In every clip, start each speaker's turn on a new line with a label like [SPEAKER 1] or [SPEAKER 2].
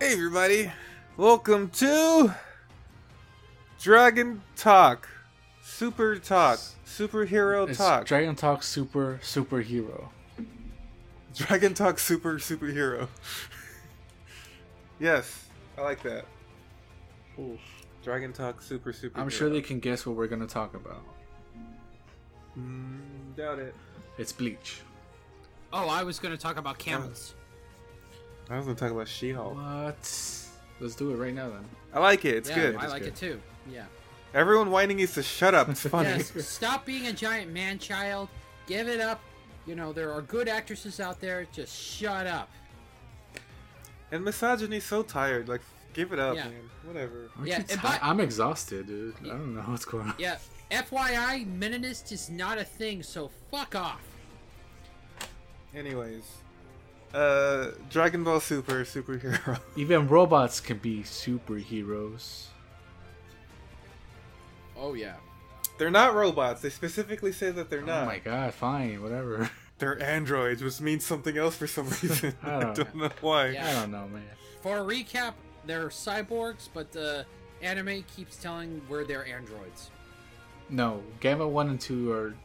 [SPEAKER 1] Hey, everybody. Welcome to Dragon Talk. Super Talk. Superhero
[SPEAKER 2] It's
[SPEAKER 1] Talk.
[SPEAKER 2] Dragon Talk Super Superhero.
[SPEAKER 1] Dragon Talk Super Superhero. yes, I like that. Dragon Talk Super Superhero.
[SPEAKER 2] I'm sure they can guess what we're gonna talk about.
[SPEAKER 1] Mm, doubt it.
[SPEAKER 2] It's Bleach.
[SPEAKER 3] Oh, I was going to talk about camels.
[SPEAKER 1] I was going to talk about She Hulk.
[SPEAKER 2] What? Let's do it right now then.
[SPEAKER 1] I like it. It's
[SPEAKER 3] yeah,
[SPEAKER 1] good.
[SPEAKER 3] I
[SPEAKER 2] It's
[SPEAKER 3] like
[SPEAKER 2] good.
[SPEAKER 3] it too. Yeah.
[SPEAKER 1] Everyone whining needs to shut up. It's funny.
[SPEAKER 3] Yes. Stop being a giant man child. Give it up. You know, there are good actresses out there. Just shut up.
[SPEAKER 1] And misogyny's so tired. Like, give it up,
[SPEAKER 3] Yeah.
[SPEAKER 1] man. Whatever.
[SPEAKER 2] Aren't
[SPEAKER 3] Yeah,
[SPEAKER 2] you
[SPEAKER 3] and
[SPEAKER 2] ti-
[SPEAKER 3] by-
[SPEAKER 2] I'm exhausted, dude. I don't know what's going on.
[SPEAKER 3] Yeah. FYI, meninist is not a thing, so fuck off.
[SPEAKER 1] Anyways, uh, Dragon Ball Super superhero.
[SPEAKER 2] Even robots can be superheroes.
[SPEAKER 3] Oh, yeah.
[SPEAKER 1] they're not robots. They specifically say that they're
[SPEAKER 2] Oh
[SPEAKER 1] not.
[SPEAKER 2] my god, fine, whatever.
[SPEAKER 1] They're androids, which means something else for some reason.
[SPEAKER 2] I
[SPEAKER 1] I
[SPEAKER 2] don't
[SPEAKER 1] don't know why.
[SPEAKER 3] Yeah.
[SPEAKER 2] I don't know, man.
[SPEAKER 3] For a recap, they're cyborgs, but the anime keeps telling we're their androids.
[SPEAKER 2] No, Gamma 1 and 2 are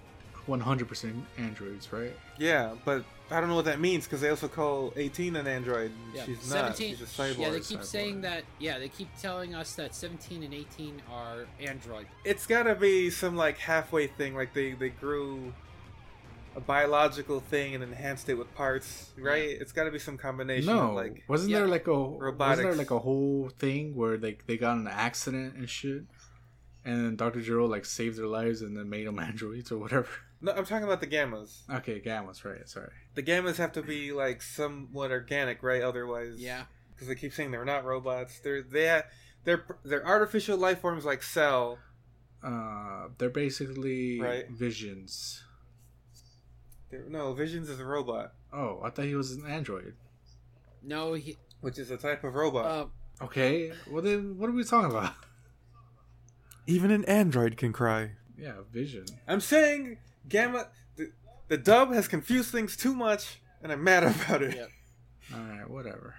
[SPEAKER 2] 100% androids, right?
[SPEAKER 1] Yeah, but I don't know what that means because they also call 18 an android. and
[SPEAKER 3] Yeah.
[SPEAKER 1] She's not. She's a cyborg.
[SPEAKER 3] Yeah, they keep
[SPEAKER 2] cyborg.
[SPEAKER 3] saying that. Yeah, they keep telling us that 17 and 18 are android.
[SPEAKER 1] It's gotta be some like halfway thing. Like they they grew a biological thing and enhanced it with parts, right? It's gotta be some combination.
[SPEAKER 2] No,
[SPEAKER 1] of, like
[SPEAKER 2] wasn't
[SPEAKER 3] yeah,
[SPEAKER 2] there like a wasn't there
[SPEAKER 1] robotics.
[SPEAKER 2] like a whole thing where like they got in an accident and shit, and then Doctor Jiro like saved their lives and then made them androids or whatever.
[SPEAKER 1] no, I'm talking about the gammas.
[SPEAKER 2] Okay, Gamma's right. Sorry.
[SPEAKER 1] The gammas have to be like somewhat organic, right? Otherwise,
[SPEAKER 3] Yeah.
[SPEAKER 1] because they keep saying they're not robots. They're they they're they're artificial life forms like Cell.
[SPEAKER 2] Uh, they're basically
[SPEAKER 1] Right.
[SPEAKER 2] visions.
[SPEAKER 1] They're, no, Visions is a robot,
[SPEAKER 2] Oh, I thought he was an android.
[SPEAKER 3] No, he,
[SPEAKER 1] which is a type of robot.
[SPEAKER 3] uh,
[SPEAKER 2] Okay, well then, what are we talking about?
[SPEAKER 1] Even an android can cry.
[SPEAKER 2] Yeah, vision.
[SPEAKER 1] I'm saying gamma. The, the dub has confused things too much, and I'm mad about it.
[SPEAKER 3] Yeah.
[SPEAKER 2] All right, whatever.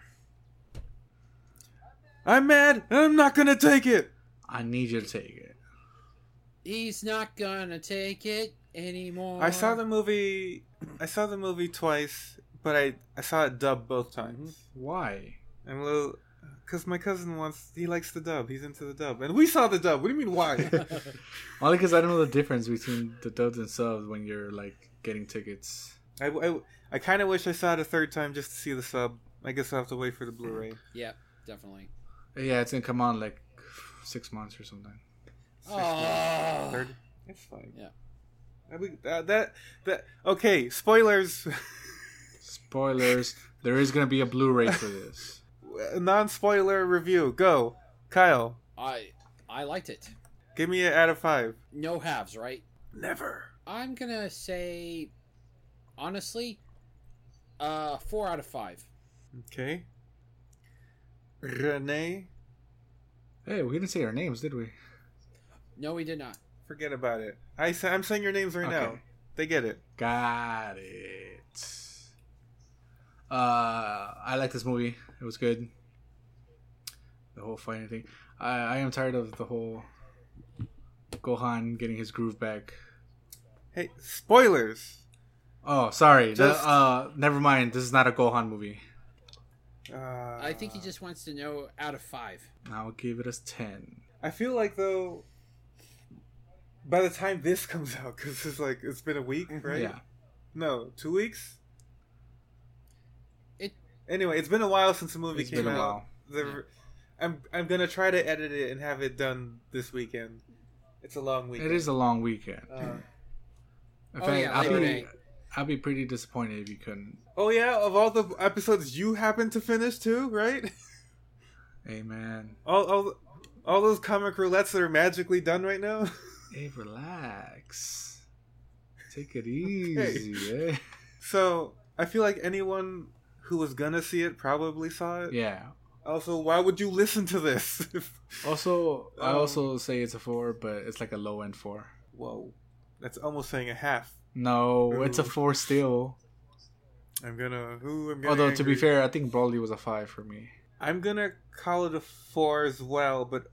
[SPEAKER 1] I'm mad, and I'm not gonna take it.
[SPEAKER 2] I need you to take it.
[SPEAKER 3] He's not gonna take it anymore.
[SPEAKER 1] I saw the movie. I saw the movie twice, but I I saw it dubbed both times.
[SPEAKER 3] Mm-hmm.
[SPEAKER 2] Why?
[SPEAKER 1] I'm a little. Because my cousin wants. He likes the dub. He's into the dub. And we saw the dub. What do you mean, why?
[SPEAKER 2] Only because I don't know the difference between the dubs and subs when you're like getting tickets.
[SPEAKER 1] I, I, kind of wish I saw it a third time just to see the sub. I guess I'll have to wait for the Blu ray.
[SPEAKER 3] Yeah, definitely.
[SPEAKER 2] Yeah, it's gonna come on like six months or something.
[SPEAKER 3] Oh, Ah.
[SPEAKER 1] Third? It's fine.
[SPEAKER 3] Yeah.
[SPEAKER 1] I would- that, uh, that, that, okay, spoilers.
[SPEAKER 2] Spoilers. there is gonna be a Blu-ray for this.
[SPEAKER 1] non spoiler review. Go. Kyle,
[SPEAKER 3] I I liked it.
[SPEAKER 1] give me an out of five.
[SPEAKER 3] No halves, right?
[SPEAKER 1] Never.
[SPEAKER 3] I'm gonna say, honestly, uh, four out of five.
[SPEAKER 1] Okay. Renee,
[SPEAKER 2] Hey, we didn't say our names, did we?
[SPEAKER 3] No, he did not.
[SPEAKER 1] forget about it. I sa- I'm saying your names right now.
[SPEAKER 2] Okay.
[SPEAKER 1] They get it.
[SPEAKER 2] Got it. Uh, I like this movie. It was good. The whole fighting thing. I I am tired of the whole Gohan getting his groove back.
[SPEAKER 1] Hey, spoilers.
[SPEAKER 2] Oh, sorry. The-
[SPEAKER 1] Just-
[SPEAKER 2] uh, never mind. This is not a Gohan movie.
[SPEAKER 1] Uh,
[SPEAKER 3] I think he just wants to know out of five.
[SPEAKER 2] I'll give it a ten.
[SPEAKER 1] I feel like though, by the time this comes out, because it's like it's been a week, right?
[SPEAKER 2] Mm-hmm. Yeah.
[SPEAKER 1] No, two weeks.
[SPEAKER 3] It-
[SPEAKER 1] Anyway, it's been a while since the movie
[SPEAKER 2] It's
[SPEAKER 1] came
[SPEAKER 2] been
[SPEAKER 1] out.
[SPEAKER 2] a while.
[SPEAKER 1] The, I'm I'm gonna try to edit it and have it done this weekend. It's a long weekend.
[SPEAKER 2] It is a long weekend.
[SPEAKER 1] Uh,
[SPEAKER 2] In
[SPEAKER 3] Oh,
[SPEAKER 2] fact,
[SPEAKER 3] yeah,
[SPEAKER 2] I'll,
[SPEAKER 1] Labor
[SPEAKER 2] be,
[SPEAKER 3] Day.
[SPEAKER 2] I'll be pretty disappointed if you couldn't.
[SPEAKER 1] oh yeah, of all the episodes you happen to finish too, right?
[SPEAKER 2] Amen.
[SPEAKER 1] All all, all those comic roulettes that are magically done right now.
[SPEAKER 2] Hey, relax. Take it easy. eh?
[SPEAKER 1] so I feel like anyone who was gonna see it probably saw it.
[SPEAKER 2] Yeah.
[SPEAKER 1] Also, why would you listen to this?
[SPEAKER 2] Also, I
[SPEAKER 1] Um,
[SPEAKER 2] also say it's a four, but it's like a low end four.
[SPEAKER 1] Whoa, that's almost saying a half.
[SPEAKER 2] No, it's a
[SPEAKER 1] Ooh.
[SPEAKER 2] four still.
[SPEAKER 1] I'm gonna. Ooh, I'm gonna.
[SPEAKER 2] Although to be
[SPEAKER 1] angry.
[SPEAKER 2] fair, I think Broly was a five for me.
[SPEAKER 1] I'm gonna call it a four as well, but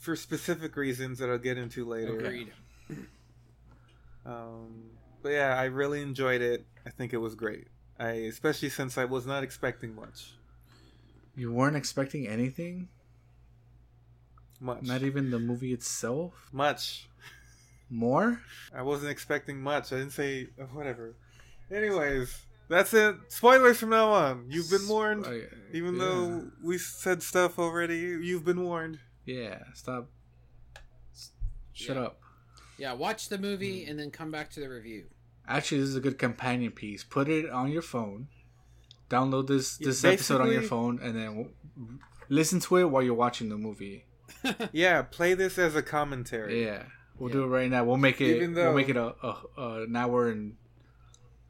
[SPEAKER 1] for specific reasons that I'll get into later.
[SPEAKER 3] Agreed.
[SPEAKER 1] Um, but yeah, I really enjoyed it. I think it was great. I especially since I was not expecting much.
[SPEAKER 2] You weren't expecting anything?
[SPEAKER 1] Much.
[SPEAKER 2] Not even the movie itself?
[SPEAKER 1] much.
[SPEAKER 2] More?
[SPEAKER 1] I wasn't expecting much. I didn't say oh, whatever. Anyways, that's it. Spoilers from now on. You've been warned.
[SPEAKER 2] I-
[SPEAKER 1] Even
[SPEAKER 2] Oh, yeah.
[SPEAKER 1] though we said stuff already, you've been warned.
[SPEAKER 2] Yeah, stop. S- Shut
[SPEAKER 3] Yeah.
[SPEAKER 2] up.
[SPEAKER 3] Yeah, watch the movie
[SPEAKER 1] Hmm.
[SPEAKER 3] and then come back to the review.
[SPEAKER 2] Actually, this is a good companion piece. Put it on your phone. Download this
[SPEAKER 1] Yeah,
[SPEAKER 2] this episode on your
[SPEAKER 1] basically-
[SPEAKER 2] phone, and then w- listen to it while you're watching the movie.
[SPEAKER 1] Yeah, play this as a commentary.
[SPEAKER 2] Yeah, we'll
[SPEAKER 3] Yeah.
[SPEAKER 2] do it right now. We'll make it.
[SPEAKER 1] Even
[SPEAKER 2] we'll
[SPEAKER 1] though-
[SPEAKER 2] make it a, a, a an hour and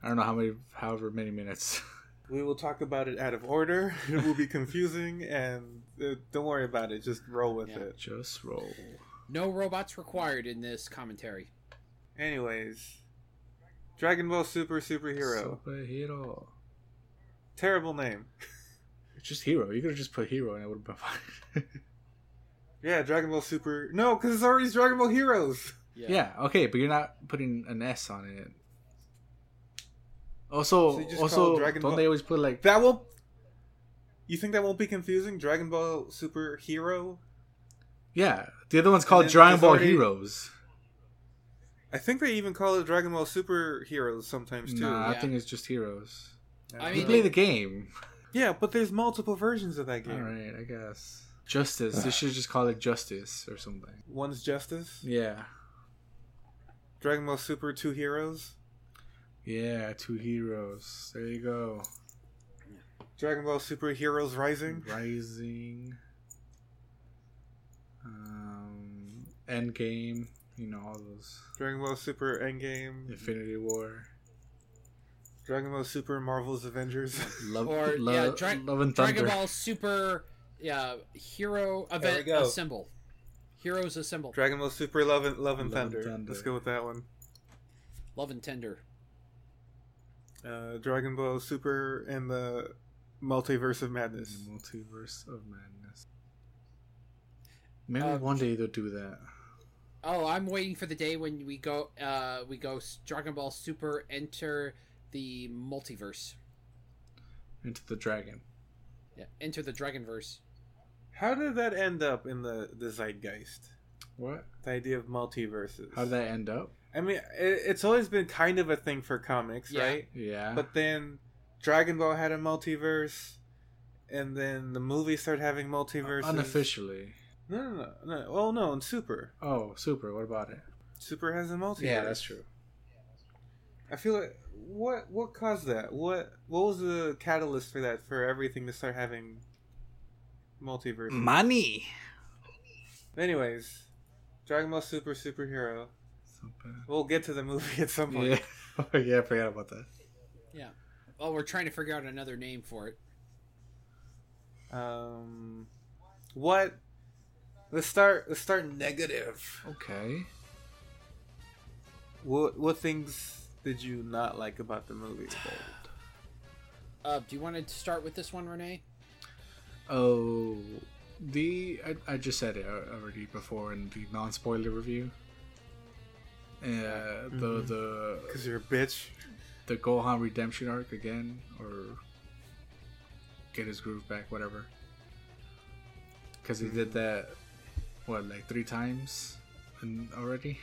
[SPEAKER 2] I don't know how many, however many minutes.
[SPEAKER 1] We will talk about it out of order. it will be confusing, and uh, don't worry about it. Just roll with
[SPEAKER 3] Yeah.
[SPEAKER 1] it.
[SPEAKER 2] Just roll.
[SPEAKER 3] No robots required in this commentary.
[SPEAKER 1] Anyways, Dragon Ball Super Superhero.
[SPEAKER 2] Superhero.
[SPEAKER 1] Terrible name.
[SPEAKER 2] It's just hero. You could have just put hero, and it would have been fine.
[SPEAKER 1] Yeah, Dragon Ball Super. No, because it's already Dragon Ball Heroes.
[SPEAKER 3] Yeah.
[SPEAKER 2] Yeah. okay, but you're not putting an S on it. Also,
[SPEAKER 1] So you just call
[SPEAKER 2] also,
[SPEAKER 1] it Dragon
[SPEAKER 2] don't
[SPEAKER 1] Ball-
[SPEAKER 2] they always put like
[SPEAKER 1] That will. You think that won't be confusing? Dragon Ball Super Hero?
[SPEAKER 2] yeah? The other one's called
[SPEAKER 1] then
[SPEAKER 2] Dragon
[SPEAKER 1] there's
[SPEAKER 2] Ball
[SPEAKER 1] already-
[SPEAKER 2] Heroes.
[SPEAKER 1] I think they even call it Dragon Ball Super Heroes sometimes too.
[SPEAKER 2] Nah, I
[SPEAKER 3] Yeah.
[SPEAKER 2] think it's just Heroes.
[SPEAKER 1] Yeah.
[SPEAKER 3] I
[SPEAKER 2] You
[SPEAKER 3] mean,
[SPEAKER 2] play
[SPEAKER 3] like-
[SPEAKER 2] the game.
[SPEAKER 1] yeah, but there's multiple versions of that game.
[SPEAKER 2] All right, I guess. Justice. they should just call it Justice or something.
[SPEAKER 1] One's Justice,
[SPEAKER 2] Yeah,
[SPEAKER 1] Dragon Ball Super Two Heroes,
[SPEAKER 2] yeah. Two heroes. There you go.
[SPEAKER 1] Dragon Ball Super Heroes Rising,
[SPEAKER 2] Rising. Um, Endgame. You know all those.
[SPEAKER 1] Dragon Ball Super Endgame,
[SPEAKER 2] Infinity War.
[SPEAKER 1] Dragon Ball Super Marvel's Avengers.
[SPEAKER 2] Love,
[SPEAKER 3] Or,
[SPEAKER 2] love,
[SPEAKER 3] yeah, Dra-
[SPEAKER 2] love and Thunder.
[SPEAKER 3] Dragon Ball Super yeah, Hero
[SPEAKER 1] There we
[SPEAKER 3] Event
[SPEAKER 1] go.
[SPEAKER 3] Assemble. Heroes Assemble.
[SPEAKER 1] Dragon Ball Super Love and Love and
[SPEAKER 2] Love and
[SPEAKER 1] Thunder.
[SPEAKER 2] Thunder.
[SPEAKER 1] Let's go with that one.
[SPEAKER 3] Love and Tender.
[SPEAKER 1] Uh, Dragon Ball Super and the Multiverse of
[SPEAKER 2] The
[SPEAKER 1] Madness.
[SPEAKER 2] multiverse of madness. Maybe
[SPEAKER 3] Uh,
[SPEAKER 2] one day they'll do that.
[SPEAKER 3] Oh, I'm waiting for the day when we go uh we go s- Dragon Ball Super enter the multiverse.
[SPEAKER 2] Into the Dragon.
[SPEAKER 3] Yeah, enter the Dragonverse.
[SPEAKER 1] How did that end up in the the zeitgeist?
[SPEAKER 2] What?
[SPEAKER 1] The idea of multiverses.
[SPEAKER 2] How did that end up?
[SPEAKER 1] I mean, it, it's always been kind of a thing for comics,
[SPEAKER 3] Yeah.
[SPEAKER 1] right?
[SPEAKER 2] Yeah.
[SPEAKER 1] But then Dragon Ball had a multiverse, and then the movies started having multiverses.
[SPEAKER 2] Unofficially.
[SPEAKER 1] No, no, no, no. Oh no, and Super.
[SPEAKER 2] Oh, super. What about it?
[SPEAKER 1] Super has a multiverse.
[SPEAKER 2] true.
[SPEAKER 1] I feel like what what caused that? What what was the catalyst for that? For everything to start having multiverses.
[SPEAKER 2] Money.
[SPEAKER 1] Anyways, Dragon Ball Super superhero. We'll get to the movie at some point.
[SPEAKER 2] Yeah. yeah, I forgot about that.
[SPEAKER 3] Well, we're trying to figure out another name for it.
[SPEAKER 1] Um, what? Let's start. Let's start negative.
[SPEAKER 2] Okay.
[SPEAKER 1] What what things did you not like about the movie?
[SPEAKER 3] Uh, do you want to start with this one, Renee?
[SPEAKER 2] Oh, the I, I just said it al- already before in the non-spoiler review. Uh, the
[SPEAKER 1] Mhm.
[SPEAKER 2] the
[SPEAKER 1] Cause you're a bitch.
[SPEAKER 2] the Gohan redemption arc again, or get his groove back, whatever. Because he did that, what, like three times in, already?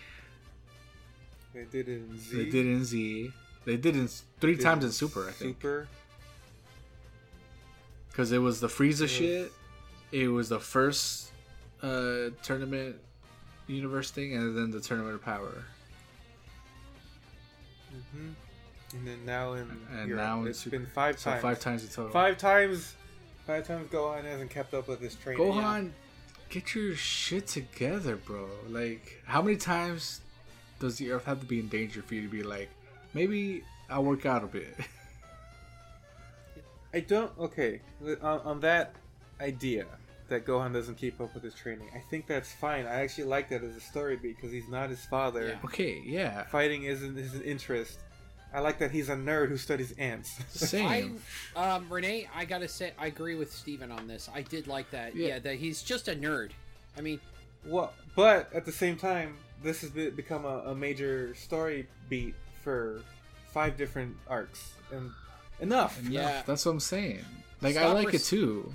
[SPEAKER 1] They did it in Z.
[SPEAKER 2] They did in Z. They did in s- three
[SPEAKER 1] Did
[SPEAKER 2] times in Super, I think.
[SPEAKER 1] Super.
[SPEAKER 2] Because it was the Frieza
[SPEAKER 1] Yes.
[SPEAKER 2] shit. It was the first uh, tournament universe thing, and then the tournament of power.
[SPEAKER 1] hmm And then now in
[SPEAKER 2] And
[SPEAKER 1] Europe.
[SPEAKER 2] now in
[SPEAKER 1] it's
[SPEAKER 2] Super.
[SPEAKER 1] been five
[SPEAKER 2] So
[SPEAKER 1] times.
[SPEAKER 2] five times in total.
[SPEAKER 1] Five times. Five times Gohan hasn't kept up with his training.
[SPEAKER 2] Gohan, get your shit together, bro. Like, how many times does the Earth have to be in danger for you to be like, maybe I'll work out a bit?
[SPEAKER 1] I don't. Okay, on, on that idea that Gohan doesn't keep up with his training, I think that's fine. I actually like that as a story beat because he's not his father.
[SPEAKER 3] Yeah.
[SPEAKER 2] okay, yeah.
[SPEAKER 1] Fighting isn't his interest. I like that he's a nerd who studies ants.
[SPEAKER 3] I,
[SPEAKER 2] Same.
[SPEAKER 3] um, Renee, I gotta say, I agree with Steven on this. I did like that. Yeah,
[SPEAKER 2] Yeah.
[SPEAKER 3] that he's just a nerd. I mean,
[SPEAKER 1] well, but at the same time, this has be- become a, a major story beat for five different arcs, and enough.
[SPEAKER 2] Enough.
[SPEAKER 3] Yeah.
[SPEAKER 2] That's what I'm saying. Like I
[SPEAKER 3] Stop
[SPEAKER 2] like it
[SPEAKER 3] res-
[SPEAKER 2] too.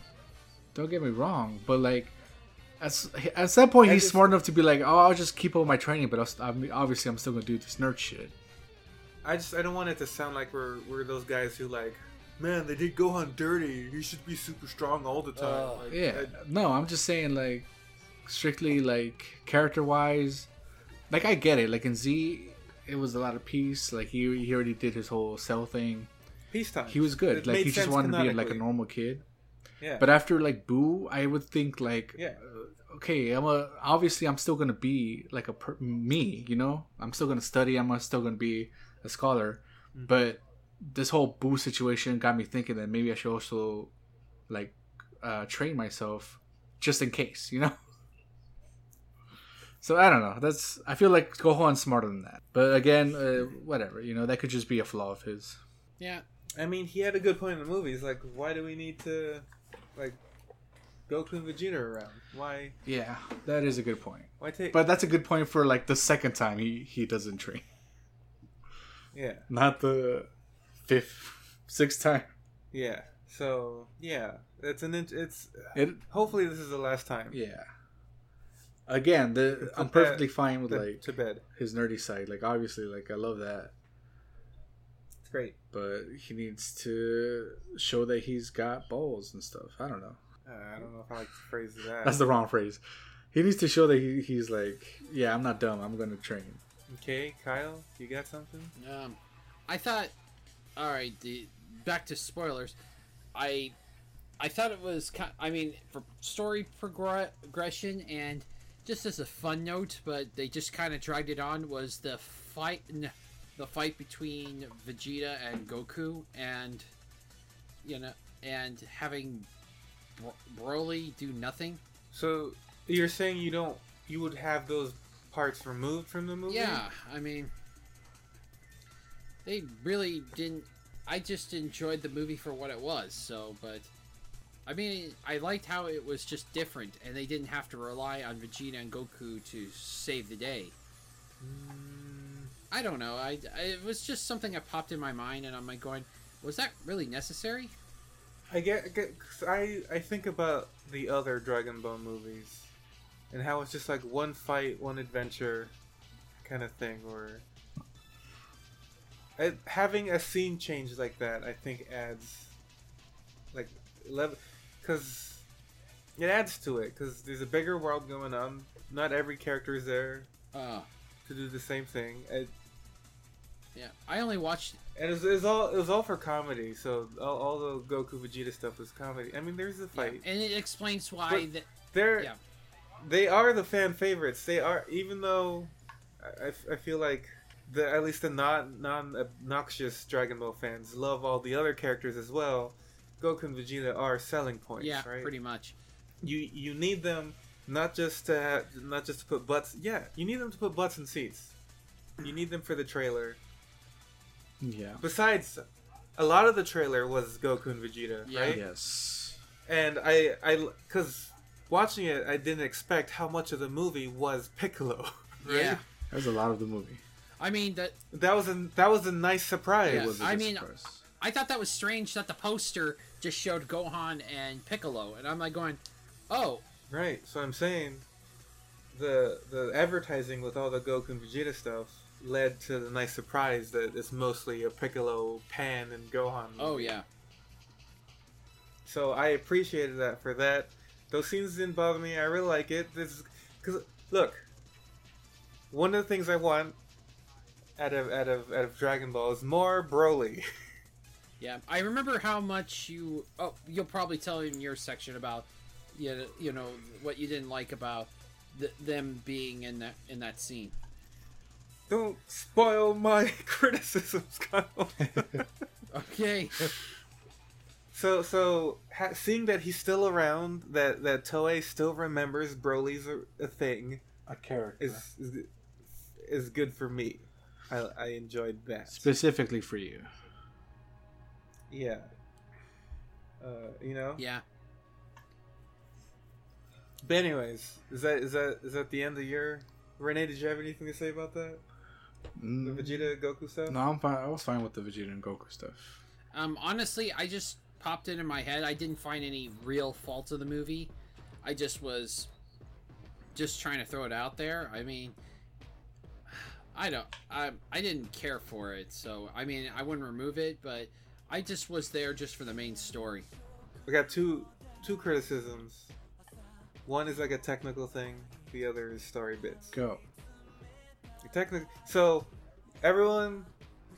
[SPEAKER 2] Don't get me wrong, but like at at that point
[SPEAKER 1] I
[SPEAKER 2] he's
[SPEAKER 1] just-
[SPEAKER 2] smart enough to be like, "Oh, I'll just keep up with my training, but I'll, st- I'm, obviously I'm still going to do this nerd shit."
[SPEAKER 1] I just I don't want it to sound like we're we're those guys who like, man, they did Gohan dirty. He should be super strong all the time.
[SPEAKER 3] Oh,
[SPEAKER 1] Like,
[SPEAKER 2] Yeah.
[SPEAKER 1] I-
[SPEAKER 2] Uh, No, I'm just saying like strictly like character-wise, like I get it. Like in Z, it was a lot of peace. Like he he already did his whole cell thing.
[SPEAKER 1] peacetime.
[SPEAKER 2] He was good.
[SPEAKER 1] It
[SPEAKER 2] like
[SPEAKER 1] made
[SPEAKER 2] he just
[SPEAKER 1] sense
[SPEAKER 2] wanted to be like a
[SPEAKER 1] canonically.
[SPEAKER 2] normal kid.
[SPEAKER 1] Yeah.
[SPEAKER 2] But after like Boo, I would think like,
[SPEAKER 1] Yeah.
[SPEAKER 2] uh, okay, I'm a obviously I'm still gonna be like a per- me, you know, I'm still gonna study, I'm still gonna be a scholar,
[SPEAKER 1] Mhm.
[SPEAKER 2] but this whole Boo situation got me thinking that maybe I should also like uh, train myself just in case, you know. So I don't know. That's I feel like Gohan's smarter than that. But again, uh, whatever. You know, that could just be a flaw of his.
[SPEAKER 3] yeah,
[SPEAKER 1] I mean, he had a good point in the movie. He's like, why do we need to, like, Goku and Vegeta around? Why?
[SPEAKER 2] Yeah, that is a good point.
[SPEAKER 1] Why take?
[SPEAKER 2] But that's a good point for like the second time he he doesn't train,
[SPEAKER 1] yeah,
[SPEAKER 2] not the fifth, sixth time.
[SPEAKER 1] yeah. So yeah, it's an int- it's.
[SPEAKER 2] It
[SPEAKER 1] Hopefully, this is the last time.
[SPEAKER 2] yeah. Again, the
[SPEAKER 1] Put
[SPEAKER 2] I'm
[SPEAKER 1] that-
[SPEAKER 2] perfectly fine with
[SPEAKER 1] The-
[SPEAKER 2] like
[SPEAKER 1] to bed.
[SPEAKER 2] his nerdy side. Like obviously, like I love that,
[SPEAKER 1] It's great.
[SPEAKER 2] but he needs to show that he's got balls and stuff. I don't know.
[SPEAKER 1] Uh, I don't know if I like to phrase that.
[SPEAKER 2] That's the wrong phrase. He needs to show that he, he's like, yeah, I'm not dumb. I'm gonna train.
[SPEAKER 1] okay, Kyle, you got something?
[SPEAKER 3] um, I thought. All right, the back to spoilers. I, I thought it was. ki- I mean, for story progr- progression and just as a fun note, but they just kind of dragged it on. Was the fight, n- the fight between Vegeta and Goku, and you know, and having Bro- Broly do nothing.
[SPEAKER 1] So you're saying you don't? You would have those parts removed from the movie?
[SPEAKER 3] Yeah, I mean, they really didn't. I just enjoyed the movie for what it was. So, but I mean, I liked how it was just different, and they didn't have to rely on Vegeta and Goku to save the day.
[SPEAKER 1] Mm,
[SPEAKER 3] I don't know. I, I- it was just something that popped in my mind, and I'm like going, was that really necessary?
[SPEAKER 1] I get, I get- 'cause I I think about the other Dragon Ball movies, and how it's just like one fight, one adventure, kind of thing. Or it, having a scene change like that, I think adds like level because it adds to it because there's a bigger world going on. Not every character is there
[SPEAKER 3] Uh,
[SPEAKER 1] to do the same thing. It,
[SPEAKER 3] yeah. I only watched.
[SPEAKER 1] and it was, it was all it was all for comedy. So all, all the Goku Vegeta stuff was comedy. I mean, there's a
[SPEAKER 3] yeah,
[SPEAKER 1] fight.
[SPEAKER 3] and it explains why.
[SPEAKER 1] But-
[SPEAKER 3] the,
[SPEAKER 1] They're
[SPEAKER 3] Yeah.
[SPEAKER 1] they are the fan favorites. They are even though I- I, f- I feel like the at least the non non obnoxious Dragon Ball fans love all the other characters as well. Goku and Vegeta are selling points,
[SPEAKER 3] yeah,
[SPEAKER 1] right?
[SPEAKER 3] pretty much.
[SPEAKER 1] You you need them not just to have, not just to put butts. Yeah, you need them to put butts in seats. You need them for the trailer.
[SPEAKER 2] Yeah.
[SPEAKER 1] Besides, a lot of the trailer was Goku and Vegeta,
[SPEAKER 3] Yeah.
[SPEAKER 1] right?
[SPEAKER 2] Yes.
[SPEAKER 1] and I, I, because watching it, I didn't expect how much of the movie was Piccolo. Right?
[SPEAKER 3] Yeah.
[SPEAKER 2] That's a lot of the movie.
[SPEAKER 3] I mean that
[SPEAKER 1] That was a that was a nice surprise.
[SPEAKER 3] Yeah.
[SPEAKER 2] was a
[SPEAKER 3] I
[SPEAKER 2] good
[SPEAKER 3] mean,
[SPEAKER 2] surprise.
[SPEAKER 3] I thought that was strange that the poster just showed Gohan and Piccolo, and I'm like going, "Oh,
[SPEAKER 1] Right. So I'm saying, the the advertising with all the Goku and Vegeta stuff led to the nice surprise that it's mostly a Piccolo, Pan, and Gohan.
[SPEAKER 3] oh
[SPEAKER 1] movie.
[SPEAKER 3] yeah,
[SPEAKER 1] So I appreciated that for that. Those scenes didn't bother me. I really like it. This because look, one of the things I want out of out of out of Dragon Ball is more Broly.
[SPEAKER 3] yeah." I remember how much you. Oh, you'll probably tell in your section about, you know, you know what you didn't like about th- them being in that in that scene.
[SPEAKER 1] Don't spoil my criticisms, Kyle.
[SPEAKER 3] Okay,
[SPEAKER 1] so so ha- seeing that he's still around, that that Toei still remembers Broly's a, a thing
[SPEAKER 2] A character.
[SPEAKER 1] is is is good for me. I, I enjoyed that.
[SPEAKER 2] specifically for you.
[SPEAKER 1] yeah. Uh, you know.
[SPEAKER 3] Yeah.
[SPEAKER 1] But anyways, is that is that is that the end of your? Renee, did you have anything to say about that? The
[SPEAKER 2] Mm,
[SPEAKER 1] Vegeta Goku stuff.
[SPEAKER 2] No, I'm fine. I was fine with the Vegeta and Goku stuff.
[SPEAKER 3] Um, honestly, I just popped it in my head. I didn't find any real faults of the movie. I just was just trying to throw it out there. I mean, I don't. I I didn't care for it, so I mean, I wouldn't remove it, but I just was there just for the main story.
[SPEAKER 1] I got two two criticisms. One is like a technical thing. The other is story bits.
[SPEAKER 2] Go.
[SPEAKER 1] Technic- so everyone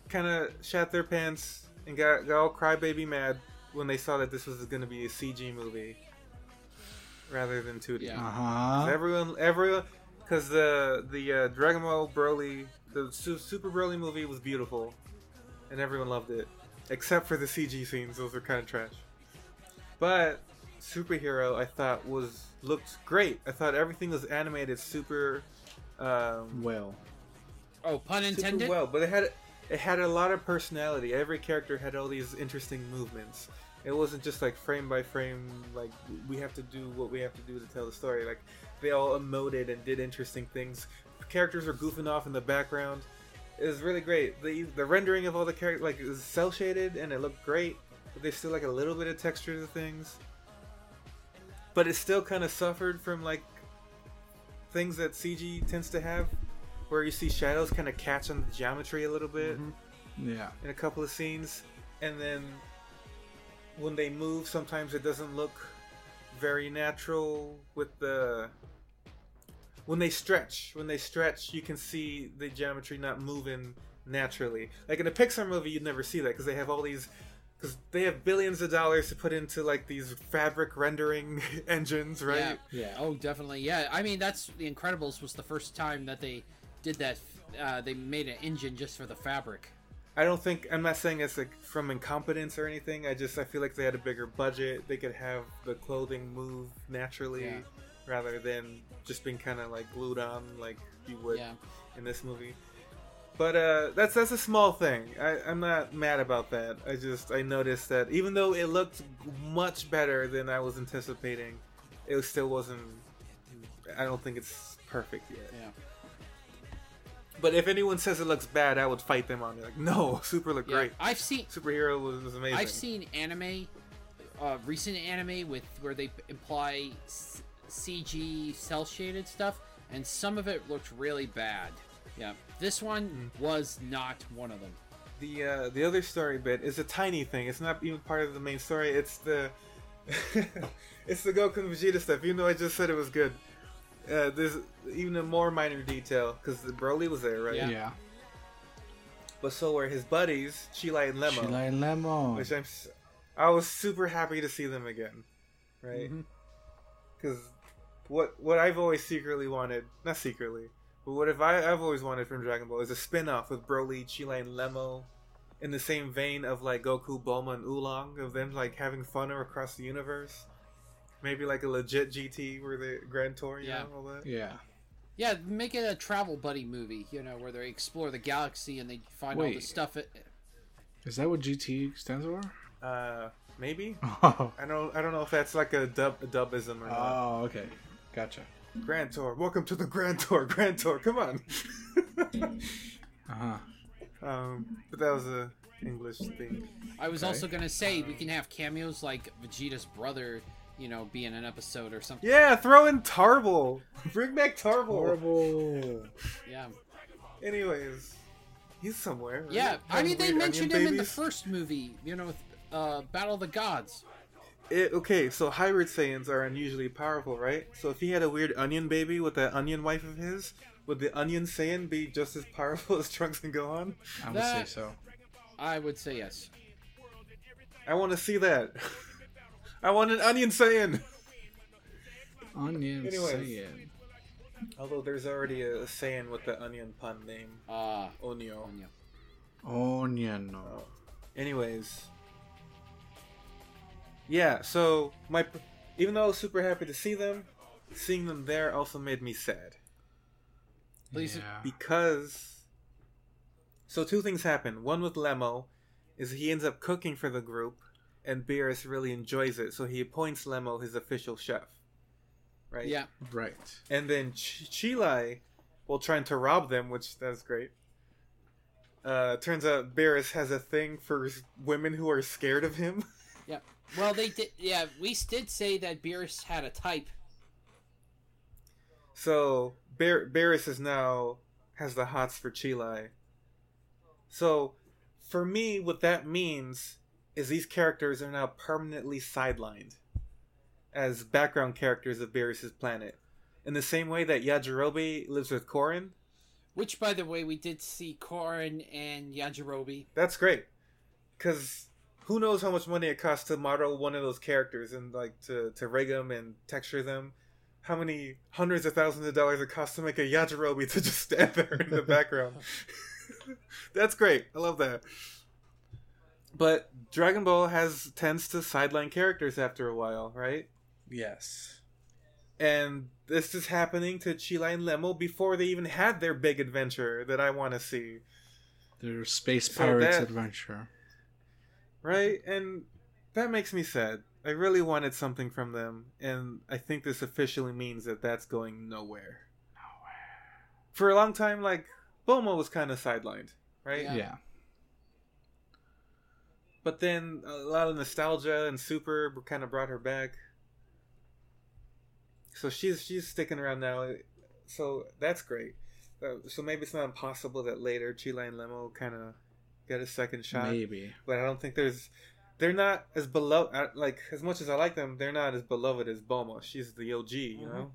[SPEAKER 1] kind of shat their pants and got, got all crybaby mad when they saw that this was going to be a CG movie rather than 2D.
[SPEAKER 2] Uh
[SPEAKER 3] Yeah.
[SPEAKER 1] Uh-huh.
[SPEAKER 2] huh.
[SPEAKER 1] Everyone, everyone, because the the uh, Dragon Ball Broly, the Su- Super Broly movie was beautiful, and everyone loved it, except for the CG scenes. Those were kind of trash. But superhero, I thought was looked great. I thought everything was animated super. Um,
[SPEAKER 2] Well,
[SPEAKER 3] Oh, pun
[SPEAKER 1] super
[SPEAKER 3] intended.
[SPEAKER 1] well, but it had it had a lot of personality. Every character had all these interesting movements. It wasn't just like frame by frame, like we have to do what we have to do to tell the story. Like they all emoted and did interesting things. Characters were goofing off in the background. It was really great. The the rendering of all the characters, like it was cell shaded and it looked great, but there's still like a little bit of texture to things. But it still kind of suffered from like things that CG tends to have, where you see shadows kind of catch on the geometry a little bit
[SPEAKER 2] yeah.
[SPEAKER 1] in a couple of scenes, and then when they move, sometimes it doesn't look very natural with the. When they stretch, when they stretch, you can see the geometry not moving naturally. Like in a Pixar movie, you'd never see that because they have all these, because they have billions of dollars to put into like these fabric rendering engines, right?
[SPEAKER 3] Yeah.
[SPEAKER 2] Yeah.
[SPEAKER 3] Oh, definitely. Yeah. I mean, that's The Incredibles was the first time that they did that. Uh, they made an engine just for the fabric.
[SPEAKER 1] I don't think I'm not saying it's like from incompetence or anything. I just I feel like they had a bigger budget. They could have the clothing move naturally
[SPEAKER 3] Yeah.
[SPEAKER 1] rather than just being kind of like glued on like you would
[SPEAKER 3] Yeah.
[SPEAKER 1] in this movie. But uh, that's that's a small thing. I, I'm not mad about that. I just I noticed that even though it looked much better than I was anticipating, it still wasn't. I don't think it's perfect yet.
[SPEAKER 3] Yeah.
[SPEAKER 1] But if anyone says it looks bad, I would fight them on it. Like no, Super looked
[SPEAKER 3] Yeah.
[SPEAKER 1] great.
[SPEAKER 3] I've seen.
[SPEAKER 1] Superhero was, was amazing.
[SPEAKER 3] I've seen anime, uh, recent anime with where they imply s- CG cell shaded stuff, and some of it looked really bad. Yeah, this one was not one of them.
[SPEAKER 1] the uh, the other story bit is a tiny thing. It's not even part of the main story. It's the it's the Goku and Vegeta stuff. Even though I just said it was good, uh, there's even a more minor detail because the Broly was there, right?
[SPEAKER 3] Yeah.
[SPEAKER 2] Yeah.
[SPEAKER 1] But so were his buddies, Chilai and Lemo,
[SPEAKER 2] Sheila and Lemon.
[SPEAKER 1] which I'm s- I was super happy to see them again, right? because what what I've always secretly wanted, not secretly, but what if I, I've always wanted from Dragon Ball is a spin off with Broly, Chile, and Lemo in the same vein of like Goku, Bulma, and Oolong, of them like having fun across the universe. Maybe like a legit GT where the Grand Tour, you
[SPEAKER 3] Yeah.
[SPEAKER 1] know, all that.
[SPEAKER 2] Yeah.
[SPEAKER 3] Yeah, make it a travel buddy movie. You know where they explore the galaxy and they find all the
[SPEAKER 2] Wait.
[SPEAKER 3] stuff. It,
[SPEAKER 2] Is that what GT stands for?
[SPEAKER 1] Uh, maybe
[SPEAKER 2] Oh.
[SPEAKER 1] I don't I don't know if that's like a dub a dubism or not.
[SPEAKER 2] Oh. Okay. Gotcha.
[SPEAKER 1] Grand Tour, welcome to the Grand Tour, Grand Tour, come on.
[SPEAKER 2] Uh huh.
[SPEAKER 1] um, but that was a English thing.
[SPEAKER 3] I was
[SPEAKER 2] Okay.
[SPEAKER 3] also gonna say we can have cameos like Vegeta's brother. You know, be in an episode or something.
[SPEAKER 1] Yeah, throw in Tarble. Bring back Tarble.
[SPEAKER 2] Horrible.
[SPEAKER 3] Yeah,
[SPEAKER 1] Anyways, he's somewhere. right?
[SPEAKER 3] yeah. I mean, they
[SPEAKER 1] Weird
[SPEAKER 3] mentioned him
[SPEAKER 1] onion
[SPEAKER 3] in the
[SPEAKER 1] babies.
[SPEAKER 3] first movie. You know, with uh, Battle of the Gods.
[SPEAKER 1] It- okay, so hybrid Saiyans are unusually powerful, right? So if he had a weird onion baby with that onion wife of his, would the onion Saiyan be just as powerful as Trunks and Gohan?
[SPEAKER 2] I would say
[SPEAKER 3] That-
[SPEAKER 2] so.
[SPEAKER 3] I would say yes.
[SPEAKER 1] I want to see that. I want an onion Saiyan.
[SPEAKER 2] Onion
[SPEAKER 1] Anyways.
[SPEAKER 2] Saiyan.
[SPEAKER 1] Although there's already a Saiyan with the onion pun name,
[SPEAKER 3] Ah,
[SPEAKER 1] Onio.
[SPEAKER 3] Anya.
[SPEAKER 2] Onion. no.
[SPEAKER 1] Anyways. Yeah, so my even though I was super happy to see them, seeing them there also made me sad
[SPEAKER 3] Please-
[SPEAKER 2] Yeah.
[SPEAKER 1] because So two things happen. One with Lemo is he ends up cooking for the group, and Beerus really enjoys it, so he appoints Lemo his official chef. Right.
[SPEAKER 3] Yeah.
[SPEAKER 2] Right.
[SPEAKER 1] And then Ch- Chile, while trying to rob them, which that's great. Uh, turns out Beerus has a thing for s- women who are scared of him.
[SPEAKER 3] Well, they did. Yeah, we did say that Beerus had a type.
[SPEAKER 1] So Ber- Barris is now has the hots for Chile. So for me, what that means is these characters are now permanently sidelined as background characters of Barris's planet. In the same way that Yajirobe lives with Korin,
[SPEAKER 3] Which, by the way, we did see Korin and Yajirobe.
[SPEAKER 1] that's great. Cause who knows how much money it costs to model one of those characters and like to, to rig them and texture them. How many hundreds of thousands of dollars it costs to make a Yajirobe to just stand there in the background. That's great. I love that. But Dragon Ball has tends to sideline characters after a while, right?
[SPEAKER 2] Yes.
[SPEAKER 1] And this is happening to Chila and Lemo before they even had their big adventure that I want to see.
[SPEAKER 2] Their space
[SPEAKER 1] So
[SPEAKER 2] pirates
[SPEAKER 1] that-
[SPEAKER 2] adventure.
[SPEAKER 1] right? And that makes me sad. I really wanted something from them, and I think this officially means that that's going nowhere. Nowhere. For a long time, like Bulma was kind of sidelined, right?
[SPEAKER 3] Yeah.
[SPEAKER 2] Yeah.
[SPEAKER 1] But then a lot of nostalgia and Super kind of brought her back. So she's she's sticking around now. So that's great. Uh, So maybe it's not impossible that later Chile and Lemo kind of get a second shot
[SPEAKER 2] Maybe.
[SPEAKER 1] but I don't think there's they're not as beloved uh, like as much as I like them. They're not as beloved as Boma. She's the OG, you
[SPEAKER 3] Mhm.
[SPEAKER 1] know.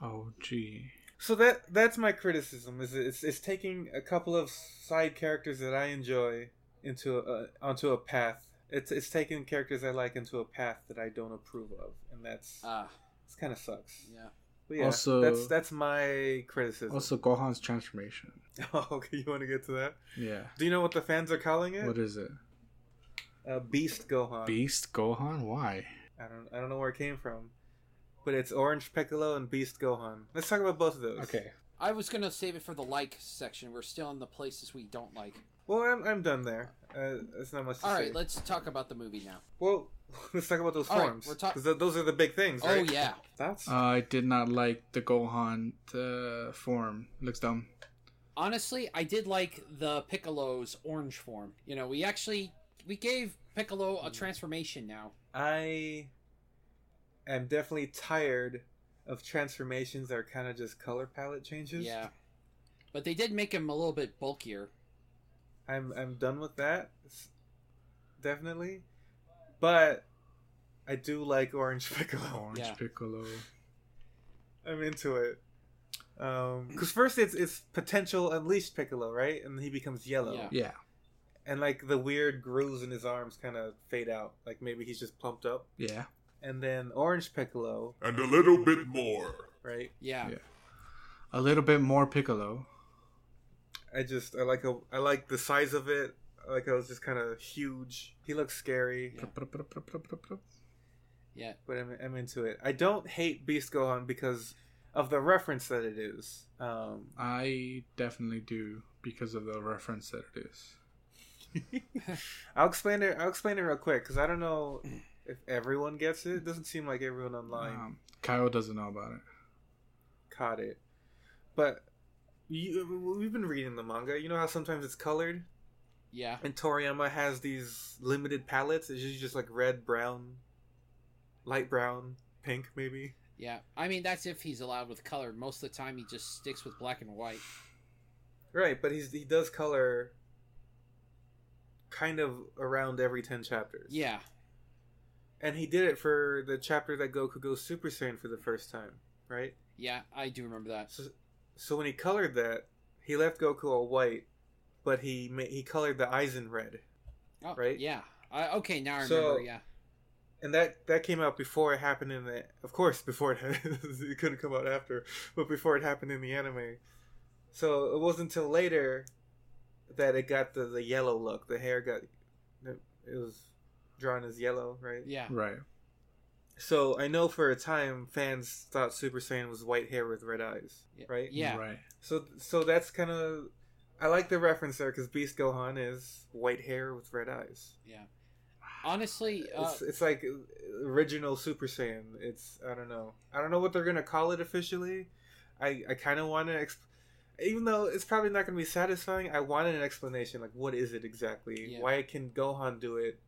[SPEAKER 2] Oh, gee.
[SPEAKER 1] So that that's my criticism is it's it's taking a couple of side characters that I enjoy into a, onto a path. It's it's taking characters I like into a path that I don't approve of, and that's
[SPEAKER 3] Ah,
[SPEAKER 1] it's kind of sucks.
[SPEAKER 3] yeah.
[SPEAKER 1] But yeah,
[SPEAKER 2] Also-
[SPEAKER 1] that's that's my criticism.
[SPEAKER 2] Also, Gohan's transformation.
[SPEAKER 1] okay, you want to get to that?
[SPEAKER 2] Yeah.
[SPEAKER 1] Do you know what the fans are calling it?
[SPEAKER 2] What is it?
[SPEAKER 1] uh, Beast Gohan.
[SPEAKER 2] Beast Gohan? Why?
[SPEAKER 1] I don't I don't know where it came from. But it's Orange Piccolo and Beast Gohan. Let's talk about both of those.
[SPEAKER 2] Okay.
[SPEAKER 3] I was gonna save it for the like section. We're still in the places we don't like.
[SPEAKER 1] Well, I'm, I'm done there. Uh, that's not much to
[SPEAKER 3] All
[SPEAKER 1] say.
[SPEAKER 3] right, let's talk about the movie now.
[SPEAKER 1] well, let's talk about those
[SPEAKER 3] All right,
[SPEAKER 1] forms.
[SPEAKER 3] we're talk-
[SPEAKER 1] 'cause th- those are the big things,
[SPEAKER 3] Oh
[SPEAKER 1] right?
[SPEAKER 3] yeah,
[SPEAKER 1] That's
[SPEAKER 2] Uh, I did not like the Gohan uh, form. Looks dumb.
[SPEAKER 3] honestly, I did like the Piccolo's orange form. You know, we actually we gave Piccolo a transformation now.
[SPEAKER 1] I am definitely tired of transformations that are kind of just color palette changes.
[SPEAKER 3] Yeah, but they did make him a little bit bulkier.
[SPEAKER 1] I'm I'm done with that. s- Definitely. But I do like Orange Piccolo.
[SPEAKER 2] Orange
[SPEAKER 3] Yeah.
[SPEAKER 2] Piccolo.
[SPEAKER 1] I'm into it. Um 'cause because first it's it's potential unleashed Piccolo, right? And he becomes yellow,
[SPEAKER 3] Yeah.
[SPEAKER 2] Yeah.
[SPEAKER 1] and like the weird grooves in his arms kind of fade out. Like maybe he's just plumped up,
[SPEAKER 2] Yeah.
[SPEAKER 1] and then orange Piccolo,
[SPEAKER 4] and a little bit more.
[SPEAKER 1] right?
[SPEAKER 3] Yeah,
[SPEAKER 2] Yeah. A little bit more Piccolo.
[SPEAKER 1] I just I like a I like the size of it. I Like I was just kind of huge. He looks scary,
[SPEAKER 3] Yeah. yeah.
[SPEAKER 1] but I'm I'm into it. I don't hate Beast Gohan because of the reference that it is. Um,
[SPEAKER 2] I definitely do because of the reference that it is.
[SPEAKER 1] I'll explain it. I'll explain it real quick because I don't know if everyone gets it. It doesn't seem like everyone online.
[SPEAKER 2] Um, Kyle doesn't know about it.
[SPEAKER 1] caught it. But you, we've been reading the manga. You know how sometimes it's colored,
[SPEAKER 3] Yeah,
[SPEAKER 1] and Toriyama has these limited palettes. It's usually just like red, brown, light brown, pink, maybe.
[SPEAKER 3] yeah. I mean, that's if he's allowed with color. Most of the time, he just sticks with black and white.
[SPEAKER 1] Right, but he's he does color kind of around every ten chapters.
[SPEAKER 3] Yeah,
[SPEAKER 1] and he did it for the chapter that Goku goes Super Saiyan for the first time. Right.
[SPEAKER 3] yeah. I do remember that.
[SPEAKER 1] So, so when he colored that, he left Goku all white, but he ma- he colored the eyes in red.
[SPEAKER 3] Oh,
[SPEAKER 1] Right?
[SPEAKER 3] Yeah. I, okay, now I
[SPEAKER 1] So-
[SPEAKER 3] remember. yeah.
[SPEAKER 1] and that that came out before it happened in the of course before it it couldn't come out after but before it happened in the anime so it wasn't until later that it got the, the yellow look the hair got it was drawn as yellow right
[SPEAKER 3] Yeah.
[SPEAKER 2] Right.
[SPEAKER 1] so i know for a time fans thought super saiyan was white hair with red eyes right
[SPEAKER 3] Yeah.
[SPEAKER 2] Right.
[SPEAKER 1] so so that's kind of I like the reference there because Beast Gohan is white hair with red eyes.
[SPEAKER 3] Yeah. Honestly, uh,
[SPEAKER 1] it's, it's like original Super Saiyan. It's I don't know. I don't know what they're gonna call it officially. I I kind of want to, exp- even though it's probably not gonna be satisfying. I wanted an explanation. Like, what is it exactly?
[SPEAKER 3] Yeah.
[SPEAKER 1] Why can Gohan do it?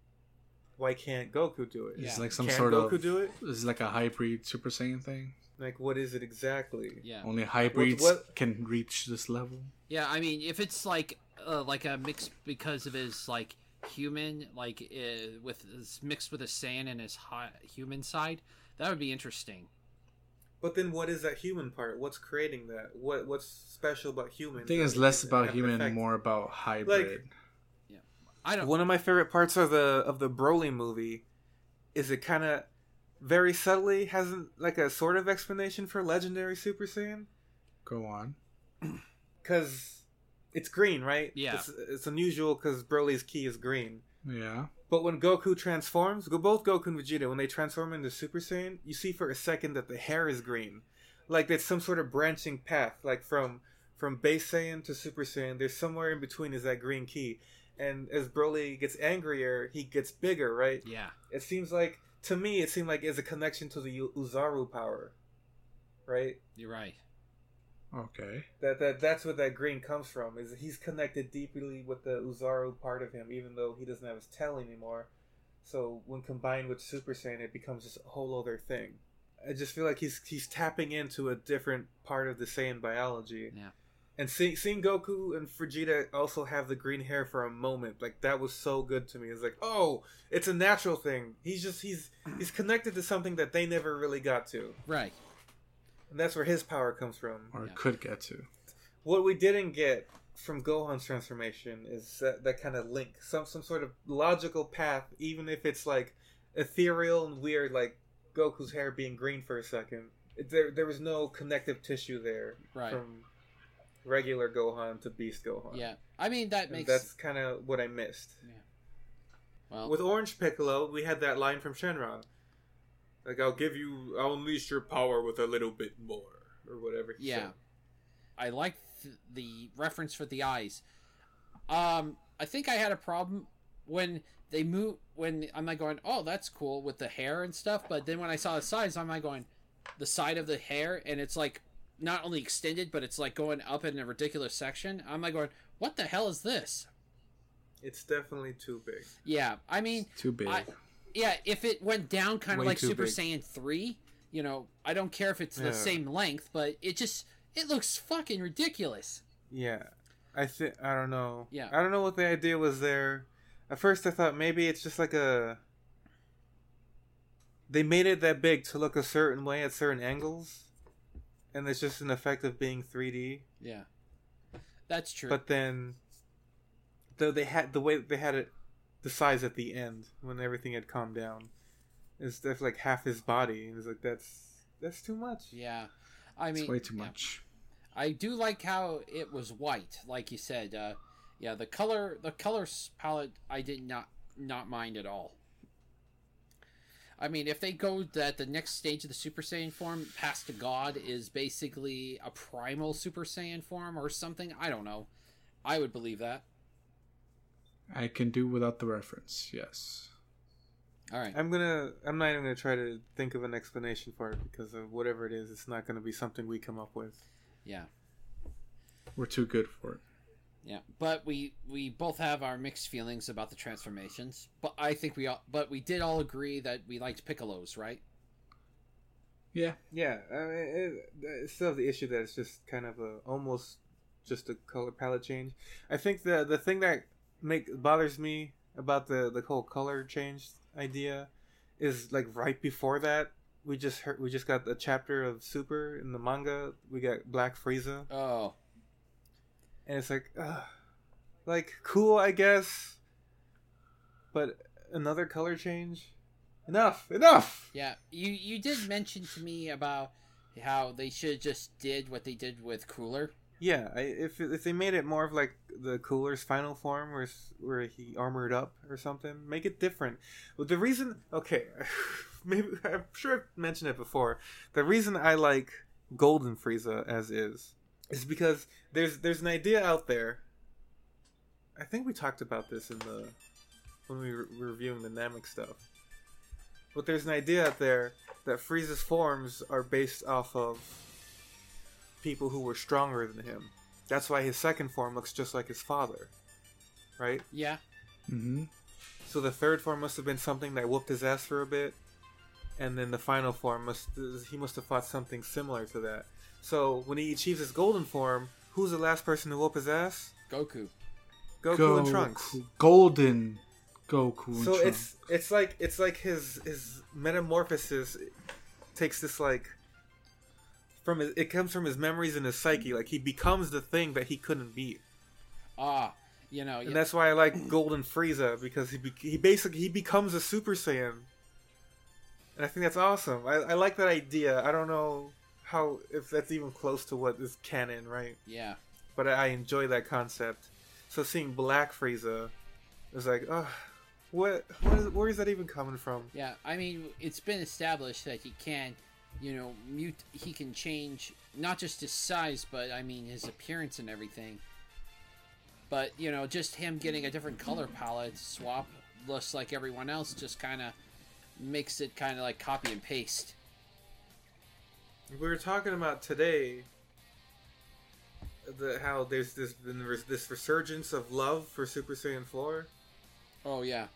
[SPEAKER 1] Why can't Goku do it?
[SPEAKER 3] Yeah.
[SPEAKER 2] It's like some
[SPEAKER 1] Can
[SPEAKER 2] sort
[SPEAKER 1] Goku
[SPEAKER 2] of.
[SPEAKER 1] do it?
[SPEAKER 2] It's like a hybrid Super Saiyan thing.
[SPEAKER 1] Like, what is it exactly?
[SPEAKER 3] yeah.
[SPEAKER 2] Only hybrids
[SPEAKER 1] what-
[SPEAKER 2] can reach this level.
[SPEAKER 3] Yeah, I mean, if it's like uh, like a mix because of his like human, like uh, with is mixed with a Saiyan and his hi- human side, that would be interesting.
[SPEAKER 1] But then, what is that human part? What's creating that? What what's special about human?
[SPEAKER 2] I think it's
[SPEAKER 1] that
[SPEAKER 2] less
[SPEAKER 1] is
[SPEAKER 2] about
[SPEAKER 1] an
[SPEAKER 2] human and
[SPEAKER 1] effect?
[SPEAKER 2] more about hybrid.
[SPEAKER 3] I don't.
[SPEAKER 1] One of my favorite parts of the of the Broly movie is it kind of very subtly has an, like a sort of explanation for legendary Super Saiyan
[SPEAKER 2] Go on.
[SPEAKER 1] because it's green, right?
[SPEAKER 3] Yeah.
[SPEAKER 1] it's, it's unusual because Broly's key is green.
[SPEAKER 2] Yeah.
[SPEAKER 1] But when Goku transforms, go both Goku and Vegeta when they transform into Super Saiyan, you see for a second that the hair is green, like there's some sort of branching path, like from from base Saiyan to Super Saiyan. There's somewhere in between is that green key, and as Broly gets angrier, he gets bigger, right?
[SPEAKER 3] Yeah,
[SPEAKER 1] It seems like to me, it seemed like it's a connection to the U- Uzaru power, right?
[SPEAKER 3] you're right.
[SPEAKER 2] Okay.
[SPEAKER 1] That that that's where that green comes from. Is he's connected deeply with the Uzaru part of him, even though he doesn't have his tail anymore. So when combined with Super Saiyan, it becomes this whole other thing. I just feel like he's he's tapping into a different part of the Saiyan biology.
[SPEAKER 3] Yeah.
[SPEAKER 1] And seeing seeing Goku and Vegeta also have the green hair for a moment, like that was so good to me. It's like, oh, it's a natural thing. He's just he's he's connected to something that they never really got to,
[SPEAKER 3] Right.
[SPEAKER 1] and that's where his power comes from
[SPEAKER 2] Or
[SPEAKER 3] Yeah.
[SPEAKER 2] could get to.
[SPEAKER 1] what we didn't get from Gohan's transformation is that, that kind of link, some some sort of logical path, even if it's like ethereal and weird, like Goku's hair being green for a second. It- There there was no connective tissue there
[SPEAKER 3] Right.
[SPEAKER 1] from regular Gohan to Beast Gohan.
[SPEAKER 3] Yeah. I mean, that
[SPEAKER 1] And
[SPEAKER 3] makes
[SPEAKER 1] that's kind of what I missed.
[SPEAKER 3] well.
[SPEAKER 1] With Orange Piccolo, we had that line from Shenron, like "I'll give you, I'll unleash your power with a little bit more," or whatever. he
[SPEAKER 3] Yeah.
[SPEAKER 1] said.
[SPEAKER 3] I like th- the reference for the eyes. Um, I think I had a problem when they move. When I'm like going, oh, that's cool with the hair and stuff. But then when I saw the size, I'm like going, the side of the hair, and it's like not only extended, but it's like going up in a ridiculous section. I'm like going, what the hell is this?
[SPEAKER 1] it's definitely too big.
[SPEAKER 3] Yeah, I mean,
[SPEAKER 2] Too big.
[SPEAKER 3] I- yeah, if it went down kind of
[SPEAKER 1] Way
[SPEAKER 3] like
[SPEAKER 1] too
[SPEAKER 3] Super
[SPEAKER 1] big.
[SPEAKER 3] Saiyan 3, you know, I don't care if it's
[SPEAKER 1] Yeah.
[SPEAKER 3] the same length, but it just it looks fucking ridiculous.
[SPEAKER 1] Yeah, I think I don't know.
[SPEAKER 3] Yeah.
[SPEAKER 1] I don't know what the idea was there. At first, I thought maybe it's just like a. They made it that big to look a certain way at certain angles, and it's just an effect of being 3D.
[SPEAKER 3] Yeah. That's true.
[SPEAKER 1] But then, though they had the way that they had it, the size at the end when everything had calmed down, it's that's like half his body, and it's like that's that's too much.
[SPEAKER 3] yeah. I mean,
[SPEAKER 2] it's way too
[SPEAKER 3] yeah.
[SPEAKER 2] much.
[SPEAKER 3] I do like how it was white, like you said. Uh, yeah, the color, the color s- palette, I did not not mind at all. I mean, if they go that the next stage of the Super Saiyan form past a god is basically a primal Super Saiyan form or something, I don't know. I would believe that.
[SPEAKER 2] I can do without the reference. Yes.
[SPEAKER 3] All right.
[SPEAKER 1] I'm gonna. I'm not even gonna try to think of an explanation for it because of whatever it is, it's not gonna be something we come up with.
[SPEAKER 3] Yeah.
[SPEAKER 2] We're too good for it.
[SPEAKER 3] Yeah, but we we both have our mixed feelings about the transformations. But I think we all, but we did all agree that we liked Piccolo's, right?
[SPEAKER 2] Yeah.
[SPEAKER 1] Yeah, I mean, it, it's still the issue that it's just kind of a almost just a color palette change. I think the the thing that make bothers me about the the whole color change idea is like right before that we just heard we just got the chapter of Super in the manga. We got Black Frieza.
[SPEAKER 3] Oh,
[SPEAKER 1] and it's like, ugh, like cool, I guess, but another color change. Enough, enough.
[SPEAKER 3] yeah. You you did mention to me about how they should have just did what they did with Cooler.
[SPEAKER 1] Yeah, I, if if they made it more of like the cooler's final form, where s- where he armored up or something, make it different. But the reason, okay, maybe I'm sure I've mentioned it before. The reason I like Golden Frieza as is is because there's there's an idea out there I think we talked about this in the when we were reviewing the Namek stuff. But there's an idea out there that Frieza's forms are based off of people who were stronger than him. That's why his second form looks just like his father, right?
[SPEAKER 3] Yeah.
[SPEAKER 2] Mm-hmm.
[SPEAKER 1] So the third form must have been something that whooped his ass for a bit, and then the final form must he must have fought something similar to that. So when he achieves his golden form, who's the last person to whoop his ass?
[SPEAKER 3] Goku.
[SPEAKER 1] Goku and Trunks.
[SPEAKER 2] Golden Goku and
[SPEAKER 1] So
[SPEAKER 2] Trunks.
[SPEAKER 1] it's it's like it's like his his metamorphosis takes this like from his, it comes from his memories and his psyche. Like he becomes the thing that he couldn't beat.
[SPEAKER 3] Ah, you know.
[SPEAKER 1] And
[SPEAKER 3] Yeah,
[SPEAKER 1] that's why I like Golden Frieza because he be- he basically he becomes a Super Saiyan, and I think that's awesome. I, I like that idea. I don't know how if that's even close to what is canon, right?
[SPEAKER 3] yeah.
[SPEAKER 1] But I, I enjoy that concept. So seeing Black Frieza is like, ugh, what? What is, where is that even coming from?
[SPEAKER 3] Yeah, I mean, it's been established that he can, you know, mute. He can change not just his size, but I mean his appearance and everything. But you know, just him getting a different color palette swap, looks like everyone else, just kind of makes it kind of like copy and paste.
[SPEAKER 1] We were talking about today. The, how there's this been res- this resurgence of love for Super Saiyan Four.
[SPEAKER 3] Oh yeah,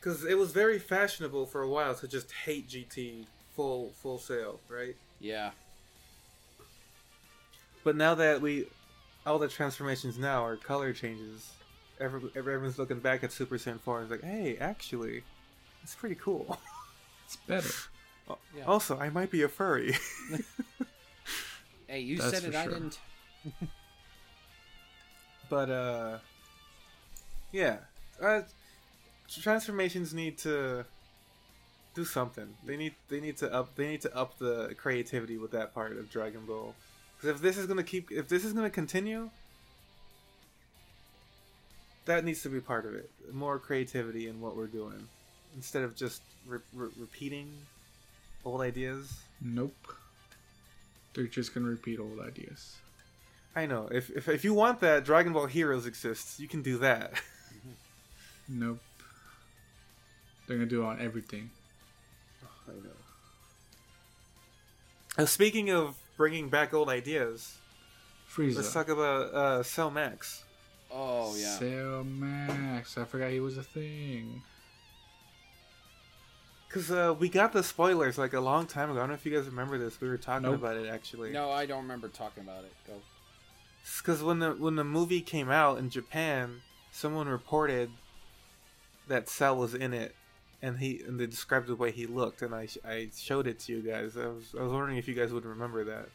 [SPEAKER 1] because it was very fashionable for a while to just hate GT full full sale, right?
[SPEAKER 3] yeah,
[SPEAKER 1] But now that we, all the transformations now are color changes. Every, everyone's looking back at Super Saiyan Four and is like, "Hey, actually, it's pretty cool."
[SPEAKER 2] It's better.
[SPEAKER 3] yeah.
[SPEAKER 1] Also, I might be a furry.
[SPEAKER 3] hey, you
[SPEAKER 2] that's
[SPEAKER 3] said
[SPEAKER 2] for
[SPEAKER 3] it. I
[SPEAKER 2] sure.
[SPEAKER 3] didn't.
[SPEAKER 1] but uh yeah uh, transformations need to do something they need they need to up they need to up the creativity with that part of dragon ball because if this is gonna keep if this is gonna continue that needs to be part of it more creativity in what we're doing instead of just re- re- repeating old ideas
[SPEAKER 2] Nope. They're just gonna repeat old ideas.
[SPEAKER 1] i know if, if if you want that dragon ball heroes exists you can do that
[SPEAKER 2] Nope. They're gonna do it on everything.
[SPEAKER 1] I know. Now, Uh, speaking of bringing back old ideas,
[SPEAKER 2] Frieza.
[SPEAKER 1] let's talk about uh, Cell Max.
[SPEAKER 3] Oh yeah,
[SPEAKER 2] Cell Max. I forgot he was a thing.
[SPEAKER 1] Because uh, we got the spoilers like a long time ago. I don't know if you guys remember this. We were talking
[SPEAKER 2] Nope.
[SPEAKER 1] about it actually.
[SPEAKER 3] no, I don't remember talking about it. Go.
[SPEAKER 1] Because when the when the movie came out in Japan, someone reported that Cell was in it, and he and they described the way he looked, and I, sh- I showed it to you guys. I was I was wondering if you guys would remember that.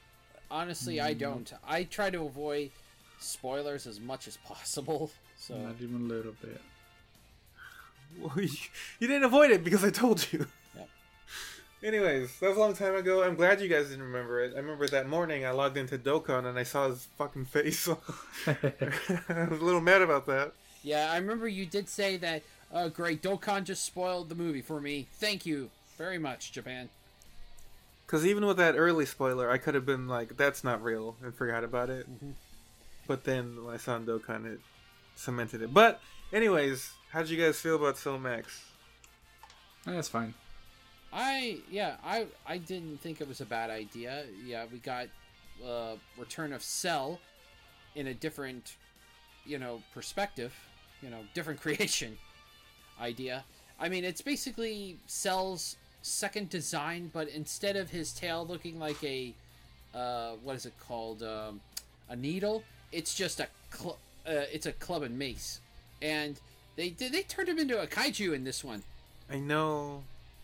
[SPEAKER 3] Honestly,
[SPEAKER 2] Mm.
[SPEAKER 3] I don't. I try to avoid spoilers as much as possible. So
[SPEAKER 2] Not even a little bit.
[SPEAKER 1] Well, you you didn't avoid it because I told you.
[SPEAKER 3] Yep.
[SPEAKER 1] Anyways, that was a long time ago. I'm glad you guys didn't remember it. I remember that morning I logged into Dokkan and I saw his fucking face. I was a little mad about that.
[SPEAKER 3] Yeah, I remember you did say that. Oh, great! Dokkan just spoiled the movie for me. Thank you very much, Japan.
[SPEAKER 1] Because even with that early spoiler, I could have been like, that's not real, and forgot about it. But then when I saw Dokkan, it cemented it. But, anyways, how'd you guys feel about Cell Max?
[SPEAKER 2] Eh, That's fine.
[SPEAKER 3] I yeah, I I didn't think it was a bad idea. Yeah, we got uh, Return of Cell in a different, you know, perspective. You know, different creation idea. I mean, it's basically Cell's second design, but instead of his tail looking like a uh, what is it called um, a needle, it's just a cl- uh, it's a club and mace, and they did they turned him into a kaiju in this one.
[SPEAKER 1] I know.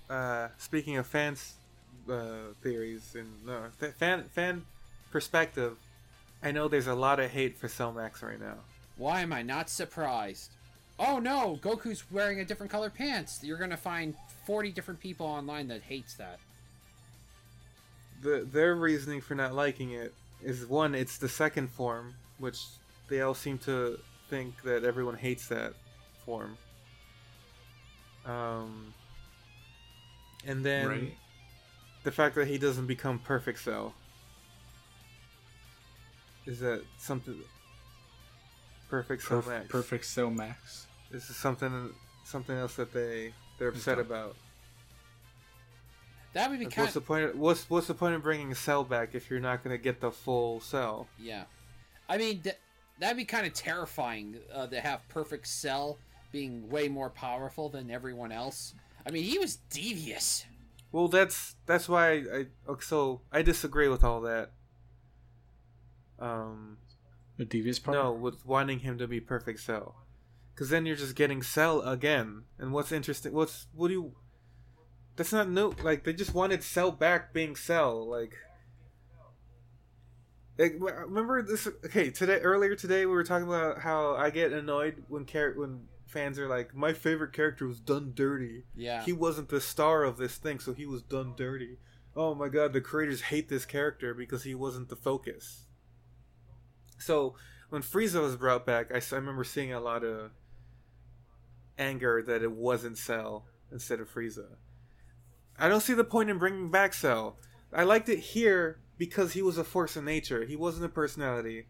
[SPEAKER 1] Uh, speaking of fans uh, theories and no fa- fan fan perspective, I know there's a lot of hate for Cell Max right now.
[SPEAKER 3] Why am I not surprised? Oh no, Goku's wearing a different color pants. You're gonna find 40 different people online that hates that.
[SPEAKER 1] The, their reasoning for not liking it is one, it's the second form, which they all seem to think that everyone hates that form. Um, and then
[SPEAKER 2] right?
[SPEAKER 1] the fact that he doesn't become perfect cell is that something Perfect Cell
[SPEAKER 2] Perf-
[SPEAKER 1] Max.
[SPEAKER 2] Perfect Cell Max.
[SPEAKER 1] This is something something else that they they're upset
[SPEAKER 2] Okay.
[SPEAKER 1] about.
[SPEAKER 3] That would be
[SPEAKER 1] Like,
[SPEAKER 3] kind
[SPEAKER 1] what's the point? What's what's the point of bringing Cell back if you're not going to get the full Cell?
[SPEAKER 3] Yeah, I mean th- that'd be kind of terrifying uh, to have Perfect Cell being way more powerful than everyone else. I mean, he was devious.
[SPEAKER 1] Well, that's that's why I, I okay, so I disagree with all that. Um,
[SPEAKER 2] The devious part.
[SPEAKER 1] no, with wanting him to be perfect Cell, because then you're just getting Cell again. And what's interesting? What's what do you? That's not new. Like they just wanted Cell back being Cell. Like, like w- remember this? Okay, today earlier today we were talking about how I get annoyed when char- when fans are like, my favorite character was done dirty.
[SPEAKER 3] Yeah,
[SPEAKER 1] He wasn't the star of this thing, so he was done dirty. Oh my god, the creators hate this character because he wasn't the focus. So when Frieza was brought back, I, s- I remember seeing a lot of anger that it wasn't Cell instead of Frieza. I don't see the point in bringing back Cell. I liked it here because he was a force of nature. He wasn't a personality,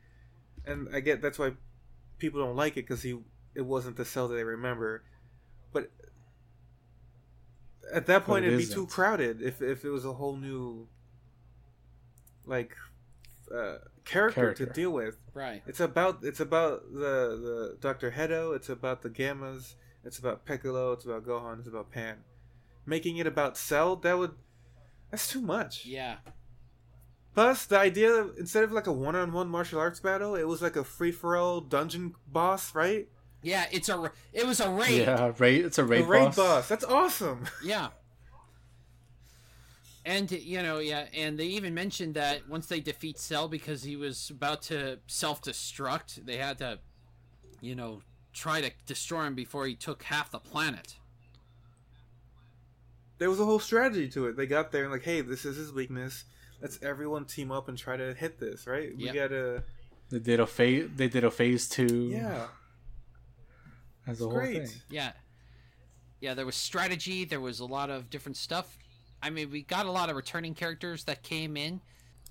[SPEAKER 1] and I get that's why people don't like it because he it wasn't the Cell that they remember. But at that point,
[SPEAKER 2] it
[SPEAKER 1] it'd be
[SPEAKER 2] isn't.
[SPEAKER 1] too crowded if if it was a whole new like uh, character, to
[SPEAKER 2] Character.
[SPEAKER 1] deal with.
[SPEAKER 3] right.
[SPEAKER 1] It's about it's about the the Doctor Hedo. It's about the Gammas. It's about Piccolo. It's about Gohan. It's about Pan. Making it about Cell that would that's too much.
[SPEAKER 3] Yeah,
[SPEAKER 1] Plus the idea of, instead of like a one on one martial arts battle, it was like a free for all dungeon boss, right?
[SPEAKER 3] yeah. It's a it was a raid.
[SPEAKER 2] Yeah, raid. It's a raid,
[SPEAKER 1] a raid
[SPEAKER 2] boss.
[SPEAKER 1] boss. That's awesome.
[SPEAKER 3] Yeah. And you know, yeah, and they even mentioned that once they defeat Cell because he was about to self-destruct, they had to, you know, try to destroy him before he took half the planet.
[SPEAKER 1] there was a whole strategy to it. They got there and like, hey, this is his weakness. Let's everyone team up and try to hit this, right? We
[SPEAKER 3] Yeah.
[SPEAKER 1] gotta
[SPEAKER 2] They did a phase. They did a phase two.
[SPEAKER 1] Yeah.
[SPEAKER 2] as a
[SPEAKER 1] It's
[SPEAKER 2] whole
[SPEAKER 1] great.
[SPEAKER 2] thing.
[SPEAKER 3] Yeah, yeah, there was strategy. There was a lot of different stuff. I mean, we got a lot of returning characters that came in.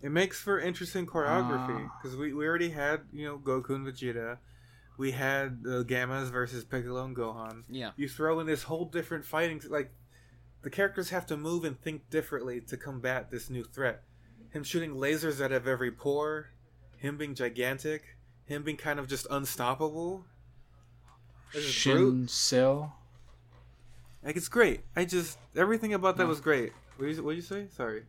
[SPEAKER 1] It makes for interesting choreography
[SPEAKER 2] Ah.
[SPEAKER 1] because we, we already had you know Goku and Vegeta, we had the Gammas versus Piccolo and Gohan.
[SPEAKER 3] Yeah,
[SPEAKER 1] You throw in this whole different fighting like the characters have to move and think differently to combat this new threat. Him shooting lasers out of every pore, him being gigantic, him being kind of just unstoppable. This is brute.
[SPEAKER 2] Shin Cell.
[SPEAKER 1] Like it's great. I just everything about that was great. What did you, what did you say? Sorry,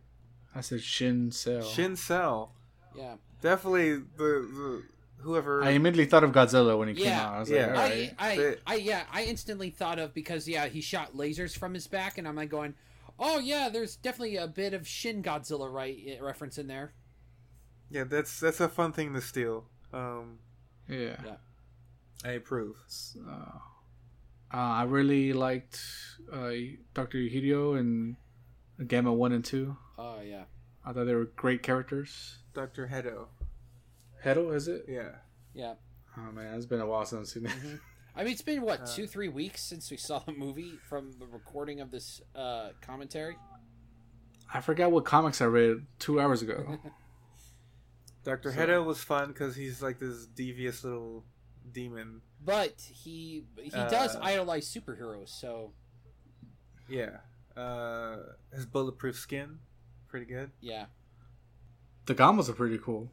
[SPEAKER 2] I said Shin Cell.
[SPEAKER 1] Shin Cell.
[SPEAKER 3] yeah.
[SPEAKER 1] Definitely the, the whoever.
[SPEAKER 2] I immediately thought of Godzilla when he came
[SPEAKER 3] Yeah.
[SPEAKER 2] out. I was
[SPEAKER 1] Yeah.
[SPEAKER 2] like, all right.
[SPEAKER 3] I, I,
[SPEAKER 1] But-
[SPEAKER 3] I, yeah, I instantly thought of because yeah, he shot lasers from his back, and I'm like going, oh yeah, there's definitely a bit of Shin Godzilla right eh, reference in there.
[SPEAKER 1] Yeah, that's that's a fun thing to steal. Um,
[SPEAKER 2] Yeah.
[SPEAKER 1] I approve.
[SPEAKER 2] So, uh, I really liked uh, Doctor Hideo and Gamma One and Two.
[SPEAKER 3] Oh yeah,
[SPEAKER 2] I thought they were great characters.
[SPEAKER 1] Doctor Hedo.
[SPEAKER 2] Hedo, is it?
[SPEAKER 1] Yeah,
[SPEAKER 3] yeah. mm-hmm.
[SPEAKER 2] Oh man, it's been a while since I've seen it.
[SPEAKER 3] I mean, it's been what
[SPEAKER 1] Uh,
[SPEAKER 3] two, three weeks since we saw the movie from the recording of this uh, commentary.
[SPEAKER 2] I forgot what comics I read two hours ago.
[SPEAKER 1] Doctor
[SPEAKER 2] So-
[SPEAKER 1] Hedo was fun because he's like this devious little demon.
[SPEAKER 3] But he he does
[SPEAKER 1] Uh,
[SPEAKER 3] idolize superheroes, so
[SPEAKER 1] Yeah, uh, his bulletproof skin, pretty good.
[SPEAKER 3] yeah,
[SPEAKER 2] the Gammas are pretty cool.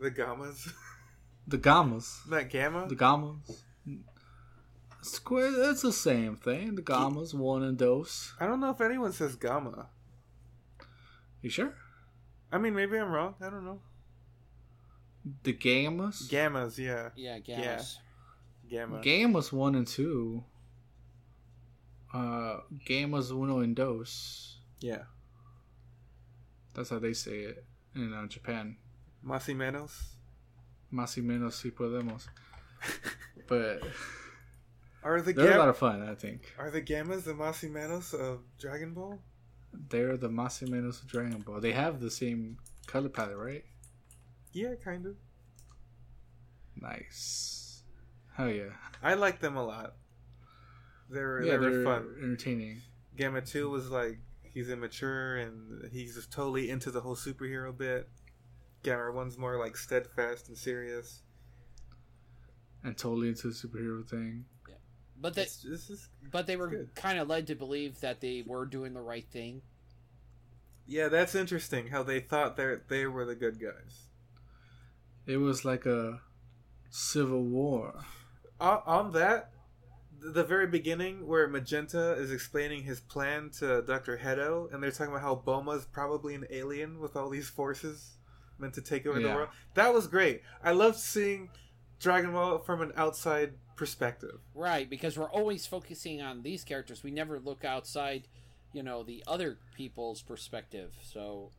[SPEAKER 1] The gammas,
[SPEAKER 2] The Gammas.
[SPEAKER 1] not gamma.
[SPEAKER 2] The Gammas. Square. It's the same thing. The Gammas, one and dos.
[SPEAKER 1] I don't know if anyone says gamma.
[SPEAKER 2] You sure?
[SPEAKER 1] I mean, maybe I'm wrong. I don't know.
[SPEAKER 2] The Gammas.
[SPEAKER 1] Gammas, yeah,
[SPEAKER 3] yeah, Gauss.
[SPEAKER 1] Yeah. gamma.
[SPEAKER 2] Gammas one and two. Uh, Gammas uno and dos.
[SPEAKER 1] yeah,
[SPEAKER 2] That's how they say it in uh, Japan.
[SPEAKER 1] Masimenos.
[SPEAKER 2] Más y menos si podemos. But
[SPEAKER 1] Are the
[SPEAKER 2] they're a lot
[SPEAKER 1] gam-
[SPEAKER 2] of fun, I think.
[SPEAKER 1] are the gammas the Masimenos of Dragon Ball?
[SPEAKER 2] They're the más y menos of Dragon Ball. They have the same color palette, right?
[SPEAKER 1] Yeah, kind of.
[SPEAKER 2] Nice. Hell yeah.
[SPEAKER 1] I like them a lot. They're
[SPEAKER 2] yeah,
[SPEAKER 1] they're,
[SPEAKER 2] they're
[SPEAKER 1] fun.
[SPEAKER 2] entertaining.
[SPEAKER 1] Gamma Two was like he's immature and he's just totally into the whole superhero bit. Gamma One's more like steadfast and serious.
[SPEAKER 2] and totally into the superhero thing.
[SPEAKER 3] But they,
[SPEAKER 1] It's- this is
[SPEAKER 3] but they were
[SPEAKER 1] good.
[SPEAKER 3] kind of led to believe that they were doing the right thing.
[SPEAKER 1] yeah, that's interesting. How they thought they they were the good guys.
[SPEAKER 2] It was like a civil war.
[SPEAKER 1] on, on that th- the very beginning where magenta is explaining his plan to dr hedo and they're talking about how boma's probably an alien with all these forces meant to take over
[SPEAKER 2] Yeah.
[SPEAKER 1] the world that was great i loved seeing dragon ball from an outside perspective
[SPEAKER 3] Right, because we're always focusing on these characters. We never look outside, you know, the other people's perspective. So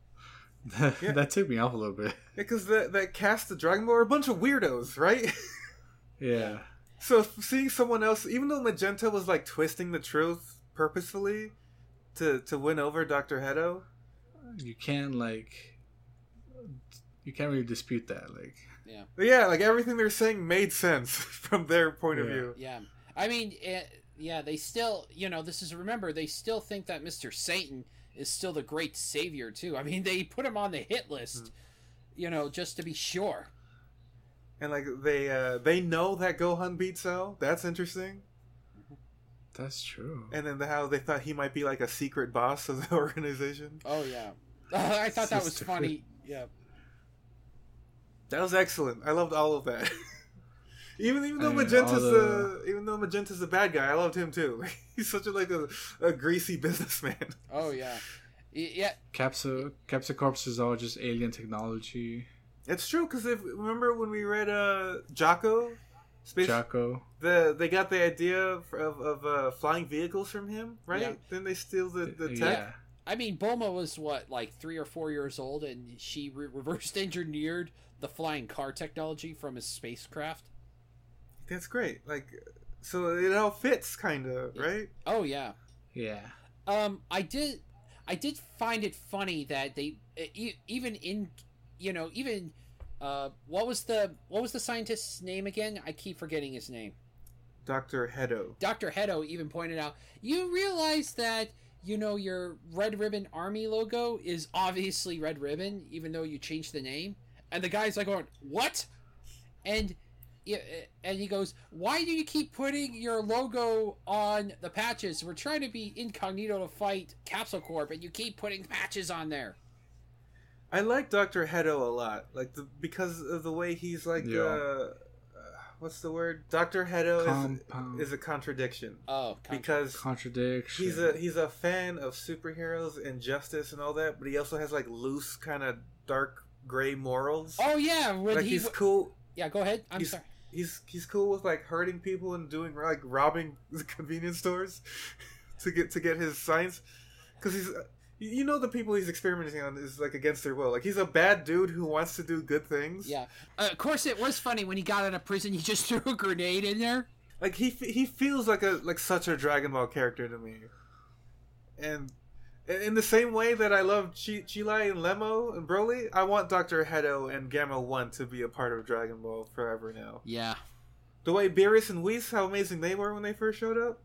[SPEAKER 2] That,
[SPEAKER 1] Yeah.
[SPEAKER 2] that took me off a little bit.
[SPEAKER 1] because that, that cast of dragon ball are a bunch of weirdos right
[SPEAKER 2] Yeah.
[SPEAKER 1] so seeing someone else even though magenta was like twisting the truth purposefully to to win over dr hedo
[SPEAKER 2] You can't like you can't really dispute that. Like
[SPEAKER 1] But yeah, like everything they're saying made sense from their point of
[SPEAKER 2] Yeah.
[SPEAKER 1] view.
[SPEAKER 3] yeah, I mean, it, yeah, they still, you know, this is remember they still think that Mister Satan is still the great savior too. I mean, they put him on the hit list, you know, just to be sure.
[SPEAKER 1] And like they uh they know that Gohan beat Cell. That's interesting.
[SPEAKER 2] that's true.
[SPEAKER 1] And then the, how they thought he might be like a secret boss of the organization.
[SPEAKER 3] Oh yeah, I thought that was
[SPEAKER 2] Sister.
[SPEAKER 3] funny. Yeah,
[SPEAKER 1] That was excellent. I loved all of that. even even though
[SPEAKER 2] I mean, all
[SPEAKER 1] Magenta's
[SPEAKER 2] the-
[SPEAKER 1] the... even though Magenta's a bad guy, I loved him too. He's such a like a, a greasy businessman.
[SPEAKER 3] oh yeah, Y- yeah,
[SPEAKER 2] Capsa Capsa Corps is all just alien technology.
[SPEAKER 1] It's true because if remember when we read uh Jocko, Space
[SPEAKER 2] Jocko.
[SPEAKER 1] the they got the idea of of uh, flying vehicles from him, right?
[SPEAKER 3] Yeah.
[SPEAKER 1] Then they steal the the tech.
[SPEAKER 2] Yeah.
[SPEAKER 3] I mean, Bulma was what like three or four years old, and she re- reversed engineered the flying car technology from his spacecraft.
[SPEAKER 1] That's great. Like, so it all fits, kind of,
[SPEAKER 3] Yeah.
[SPEAKER 1] right?
[SPEAKER 3] Oh yeah.
[SPEAKER 2] Yeah.
[SPEAKER 3] Um, I did, I did find it funny that they e- even in, you know, even, uh, what was the what was the scientist's name again? I keep forgetting his name.
[SPEAKER 1] Doctor Hedo.
[SPEAKER 3] Dr. Hedo even pointed out, you realize that, you know, your Red Ribbon Army logo is obviously Red Ribbon, even though you changed the name? And the guy's like going, what? And yeah, eh, and he goes, why do you keep putting your logo on the patches? We're trying to be incognito to fight Capsule Corp, and you keep putting patches on there.
[SPEAKER 1] I like Doctor Hedo a lot, like the, because of the way he's like,
[SPEAKER 2] Yeah.
[SPEAKER 1] uh, uh, what's the word? Doctor Hedo
[SPEAKER 2] Compound
[SPEAKER 1] is, is a contradiction
[SPEAKER 3] Oh, con-
[SPEAKER 1] because
[SPEAKER 2] contradiction.
[SPEAKER 1] he's a he's a fan of superheroes and justice and all that, but he also has like loose, kind of dark gray morals.
[SPEAKER 3] oh yeah, when
[SPEAKER 1] like
[SPEAKER 3] he,
[SPEAKER 1] he's cool.
[SPEAKER 3] yeah, go ahead. I'm
[SPEAKER 1] he's-
[SPEAKER 3] sorry.
[SPEAKER 1] He's he's cool with like hurting people and doing like robbing the convenience stores to get to get his science because he's you you know the people he's experimenting on is like against their will. Like he's a bad dude who wants to do good things.
[SPEAKER 3] Yeah, uh, of course it was funny when he got out of prison. He just threw a grenade in there.
[SPEAKER 1] Like he f- he feels like a like such a Dragon Ball character to me, and. and In the same way that I love Chi Chilai and Lemo and Broly, I want Doctor Hedo and Gamma One to be a part of Dragon Ball forever now.
[SPEAKER 3] Yeah,
[SPEAKER 1] the way Beerus and Whis, how amazing they were when they first showed up.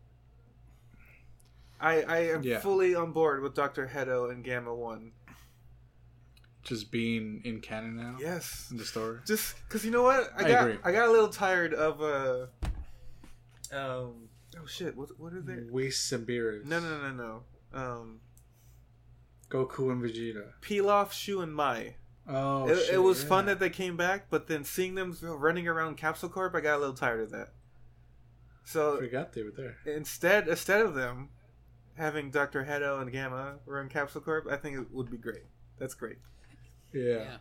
[SPEAKER 1] I I am
[SPEAKER 2] Yeah.
[SPEAKER 1] fully on board with Doctor Hedo and Gamma One.
[SPEAKER 2] just being in canon now
[SPEAKER 1] Yes,
[SPEAKER 2] in the story.
[SPEAKER 1] just because you know what I
[SPEAKER 2] I
[SPEAKER 1] got,
[SPEAKER 2] agree.
[SPEAKER 1] I got a little tired of uh, um, oh shit, what what are they?
[SPEAKER 2] Whis and Beerus.
[SPEAKER 1] No, no, no, no. Um,
[SPEAKER 2] Goku and Vegeta.
[SPEAKER 1] Pilaf, Shu, and Mai.
[SPEAKER 2] Oh,
[SPEAKER 1] it,
[SPEAKER 2] shit,
[SPEAKER 1] it was
[SPEAKER 2] yeah.
[SPEAKER 1] fun that they came back, but then seeing them running around Capsule Corp, I got a little tired of that. So
[SPEAKER 2] I forgot they were there.
[SPEAKER 1] instead instead of them having Doctor Hedo and Gamma run Capsule Corp, I think it would be great. That's great.
[SPEAKER 2] Yeah,
[SPEAKER 3] Yeah.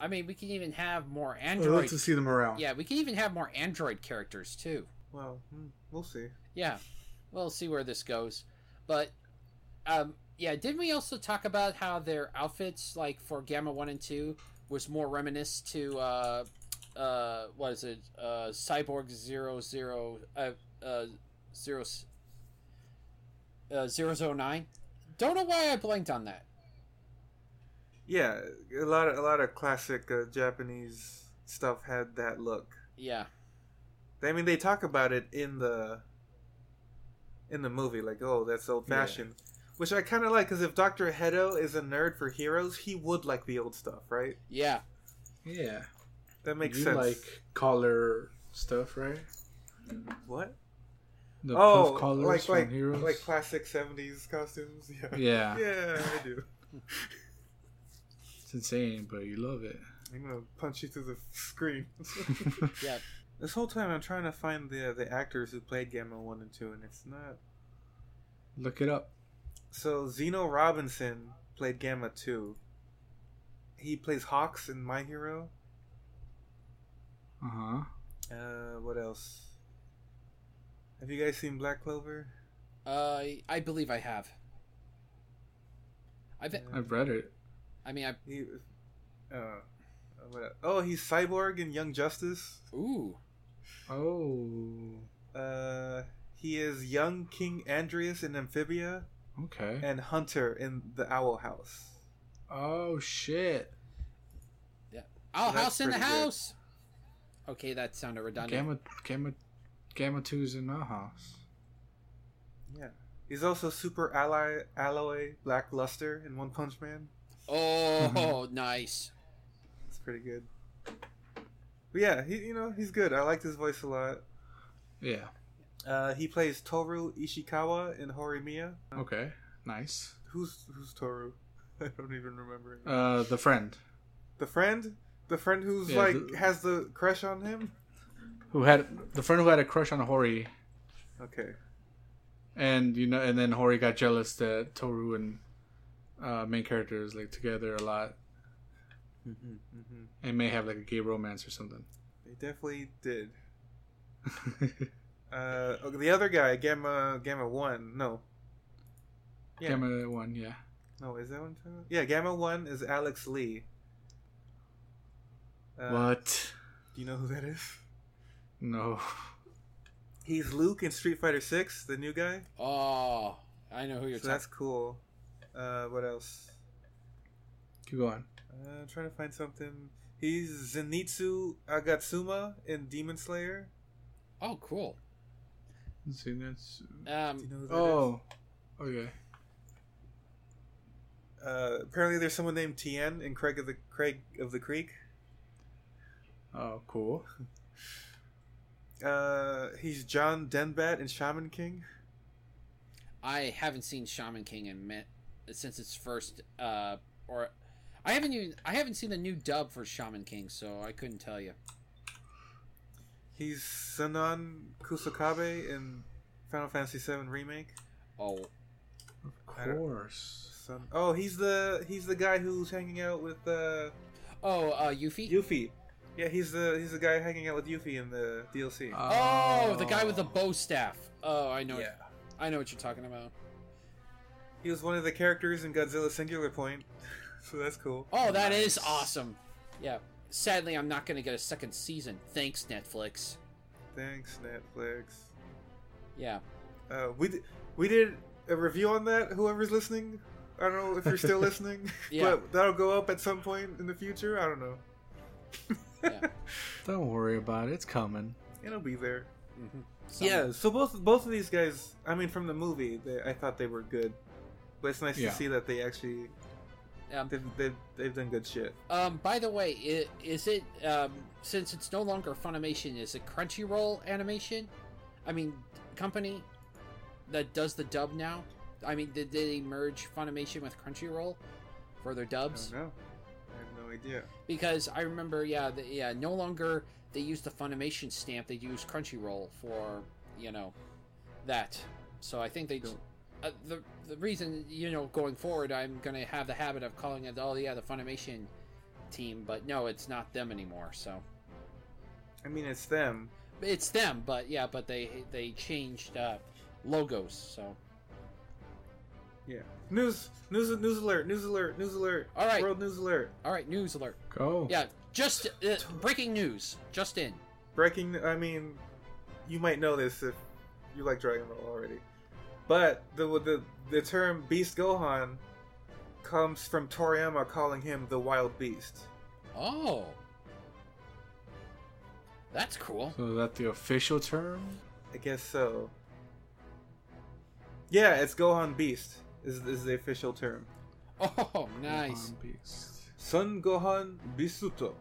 [SPEAKER 3] I mean, we can even have more
[SPEAKER 2] I'd love
[SPEAKER 3] android.
[SPEAKER 2] to see them around.
[SPEAKER 3] Yeah, we can even have more android characters too.
[SPEAKER 1] Well, hmm, we'll see.
[SPEAKER 3] Yeah, we'll see where this goes. But, um, yeah, didn't we also talk about how their outfits, like for Gamma One and Two, was more reminiscent to uh, uh, what is it, uh, Cyborg Zero Zero uh, uh, Zero s- uh, Zero Zero Nine? Don't know why I blanked on that.
[SPEAKER 1] Yeah, a lot of a lot of classic uh, Japanese stuff had that look.
[SPEAKER 3] Yeah.
[SPEAKER 1] I mean, they talk about it in the in the movie, like, oh, that's old fashioned. Which I kind of like, because if Dr. Hedo is a nerd for heroes, he would like the old stuff, right?
[SPEAKER 3] Yeah,
[SPEAKER 2] yeah.
[SPEAKER 1] That makes
[SPEAKER 2] you
[SPEAKER 1] sense.
[SPEAKER 2] like collar stuff, right?
[SPEAKER 1] What?
[SPEAKER 2] The
[SPEAKER 1] oh,
[SPEAKER 2] puff collars
[SPEAKER 1] like
[SPEAKER 2] from
[SPEAKER 1] like
[SPEAKER 2] Heroes.
[SPEAKER 1] like classic seventies costumes. Yeah.
[SPEAKER 2] yeah,
[SPEAKER 1] Yeah, I do.
[SPEAKER 2] it's insane, but you love it.
[SPEAKER 1] I'm gonna punch you through the screen.
[SPEAKER 3] Yeah.
[SPEAKER 1] This whole time I'm trying to find the uh, the actors who played Gamma One and Two, and it's not.
[SPEAKER 2] Look it up.
[SPEAKER 1] So Zeno Robinson played Gamma Two. He plays Hawks in My Hero.
[SPEAKER 2] Uh huh.
[SPEAKER 1] Uh, what else? Have you guys seen Black Clover?
[SPEAKER 3] Uh, I believe I have. I've,
[SPEAKER 1] Uh,
[SPEAKER 2] I've read it.
[SPEAKER 3] I mean, I
[SPEAKER 1] He, uh, what el- oh, he's Cyborg in Young Justice.
[SPEAKER 3] ooh,
[SPEAKER 2] Oh,
[SPEAKER 1] Uh, he is young King Andreas in Amphibia
[SPEAKER 2] okay.
[SPEAKER 1] and Hunter in The Owl House.
[SPEAKER 2] Oh shit.
[SPEAKER 3] Owl
[SPEAKER 1] That's
[SPEAKER 3] Oh, House in the
[SPEAKER 1] pretty good.
[SPEAKER 3] house. Okay, that sounded redundant.
[SPEAKER 2] Gamma, gamma, gamma two's in our house.
[SPEAKER 1] He's also super ally alloy Black Luster in One Punch Man.
[SPEAKER 3] Oh, nice.
[SPEAKER 1] It's pretty good. But yeah, he you know he's good. I liked his voice a lot.
[SPEAKER 2] Yeah.
[SPEAKER 1] Uh, he plays Toru Ishikawa in Horimiya.
[SPEAKER 2] Okay. Nice.
[SPEAKER 1] Who's who's Toru? I don't even remember. Him.
[SPEAKER 2] Uh, the friend
[SPEAKER 1] the friend, the friend who's
[SPEAKER 2] Yeah,
[SPEAKER 1] like
[SPEAKER 2] the-
[SPEAKER 1] has the crush on him.
[SPEAKER 2] who had the friend who had a crush on Hori,
[SPEAKER 1] Okay.
[SPEAKER 2] and you know, and then Hori got jealous that Toru and uh, main character is like together a lot Mm.
[SPEAKER 1] hmm
[SPEAKER 2] and may have like a gay romance or something.
[SPEAKER 1] They definitely did. Uh, okay, the other guy, Gamma Gamma One. No, Yeah.
[SPEAKER 2] Gamma one, yeah.
[SPEAKER 1] no, Oh, is that one? Yeah, Gamma One is Alex Lee. Uh,
[SPEAKER 2] what?
[SPEAKER 1] Do you know who that is?
[SPEAKER 2] No.
[SPEAKER 1] He's Luke in Street Fighter Six, the new guy.
[SPEAKER 3] Oh, I know who you're
[SPEAKER 1] so
[SPEAKER 3] talking.
[SPEAKER 1] that's cool. Uh, what else?
[SPEAKER 2] Keep going.
[SPEAKER 1] Uh, I'm trying to find something. He's Zenitsu Agatsuma in Demon Slayer.
[SPEAKER 3] Oh, cool.
[SPEAKER 2] Let's see, that's.
[SPEAKER 1] Do you
[SPEAKER 3] Um,
[SPEAKER 1] know who that is?
[SPEAKER 2] Oh. Okay.
[SPEAKER 1] Uh, apparently, there's someone named Tien in Craig of the Craig of the Creek.
[SPEAKER 2] Oh, cool.
[SPEAKER 1] Uh, he's John Denbat in Shaman King.
[SPEAKER 3] I haven't seen Shaman King in mi- since its first. Uh, or I haven't even I haven't seen the new dub for Shaman King, so I couldn't tell you.
[SPEAKER 1] He's Sanon Kusakabe in Final Fantasy VII Remake.
[SPEAKER 3] Oh,
[SPEAKER 2] Of
[SPEAKER 1] I don't-
[SPEAKER 2] course.
[SPEAKER 1] Son- oh, he's the he's the guy who's hanging out with uh,
[SPEAKER 3] oh, uh, Yuffie.
[SPEAKER 1] Yuffie. Yeah, he's the he's the guy hanging out with Yuffie in the DLC.
[SPEAKER 3] oh, the guy with the bow staff. Oh, I know. I know what you're talking about.
[SPEAKER 1] He was one of the characters in Godzilla Singular Point, so that's cool.
[SPEAKER 3] Oh, that is
[SPEAKER 2] Nice.
[SPEAKER 3] awesome. Yeah. Sadly, I'm not going to get a second season. Thanks, Netflix.
[SPEAKER 1] Thanks, Netflix.
[SPEAKER 3] Yeah.
[SPEAKER 1] Uh, we d- we did a review on that. Whoever's listening, I don't know if you're still listening,
[SPEAKER 3] Yeah.
[SPEAKER 1] but that'll go up at some point in the future. I don't know.
[SPEAKER 2] Don't worry about it. It's coming.
[SPEAKER 1] It'll be there.
[SPEAKER 3] hmm
[SPEAKER 1] Yeah. So both both of these guys, I mean, from the movie, they, I thought they were good, but it's nice
[SPEAKER 2] Yeah.
[SPEAKER 1] to see that they actually
[SPEAKER 3] Um,
[SPEAKER 1] they've they've, they've done good shit.
[SPEAKER 3] um, by the way, i- is it um, since it's no longer Funimation, is it Crunchyroll Animation? I mean, company that does the dub now. I mean, did they merge Funimation with Crunchyroll for their
[SPEAKER 1] I
[SPEAKER 3] dubs?
[SPEAKER 1] don't know. I have no idea.
[SPEAKER 3] Because I remember, yeah, the, yeah, no longer they use the Funimation stamp; they use Crunchyroll for you know that. So I think they
[SPEAKER 1] Cool.
[SPEAKER 3] uh, the the reason you know going forward, I'm gonna have the habit of calling it oh yeah the Funimation team, but no, it's not them anymore. So
[SPEAKER 1] I mean, it's them.
[SPEAKER 3] it's them, but yeah, but they they changed uh, logos. So
[SPEAKER 1] News, news, news alert, news alert, news alert.
[SPEAKER 3] All right.
[SPEAKER 1] world news alert.
[SPEAKER 3] all right, news alert.
[SPEAKER 2] Go.
[SPEAKER 3] Yeah, just uh, breaking news, just in.
[SPEAKER 1] Breaking. I mean, you might know this if you like Dragon Ball already, but the the the term Beast Gohan comes from Toriyama calling him the Wild Beast.
[SPEAKER 3] Oh, that's cool.
[SPEAKER 2] So is that the official term?
[SPEAKER 1] I guess so. Yeah, it's Gohan Beast is, is the official term.
[SPEAKER 3] Oh, nice.
[SPEAKER 2] Gohan Beast.
[SPEAKER 1] Son Gohan Bisuto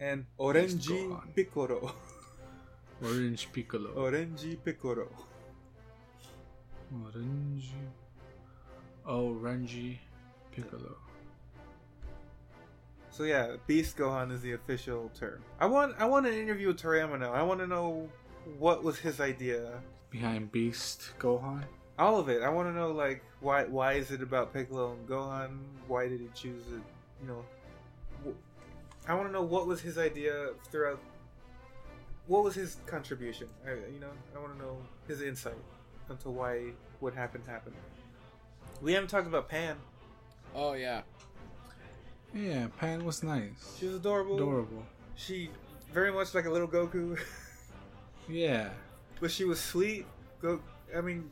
[SPEAKER 1] and Orenji
[SPEAKER 2] Gohan.
[SPEAKER 1] Piccolo.
[SPEAKER 2] Orange
[SPEAKER 1] Oh,
[SPEAKER 2] Piccolo.
[SPEAKER 1] Orenji Piccolo.
[SPEAKER 2] Orange. Orange Piccolo.
[SPEAKER 1] So yeah, Beast Gohan is the official term. I want I want an interview with Toriyama now. I want to know what was his idea.
[SPEAKER 2] Behind Beast Gohan.
[SPEAKER 1] All of it. I want to know like why why is it about Piccolo and Gohan? Why did he choose it? You know, wh- I want to know what was his idea throughout. What was his contribution? I, you know, I want to know his insight into why what happened happened. We haven't talked about Pan.
[SPEAKER 3] Oh yeah.
[SPEAKER 2] Yeah, Pan was nice.
[SPEAKER 1] She was adorable.
[SPEAKER 2] Adorable.
[SPEAKER 1] She very much like a little Goku.
[SPEAKER 2] Yeah.
[SPEAKER 1] but she was sweet. Go, I mean,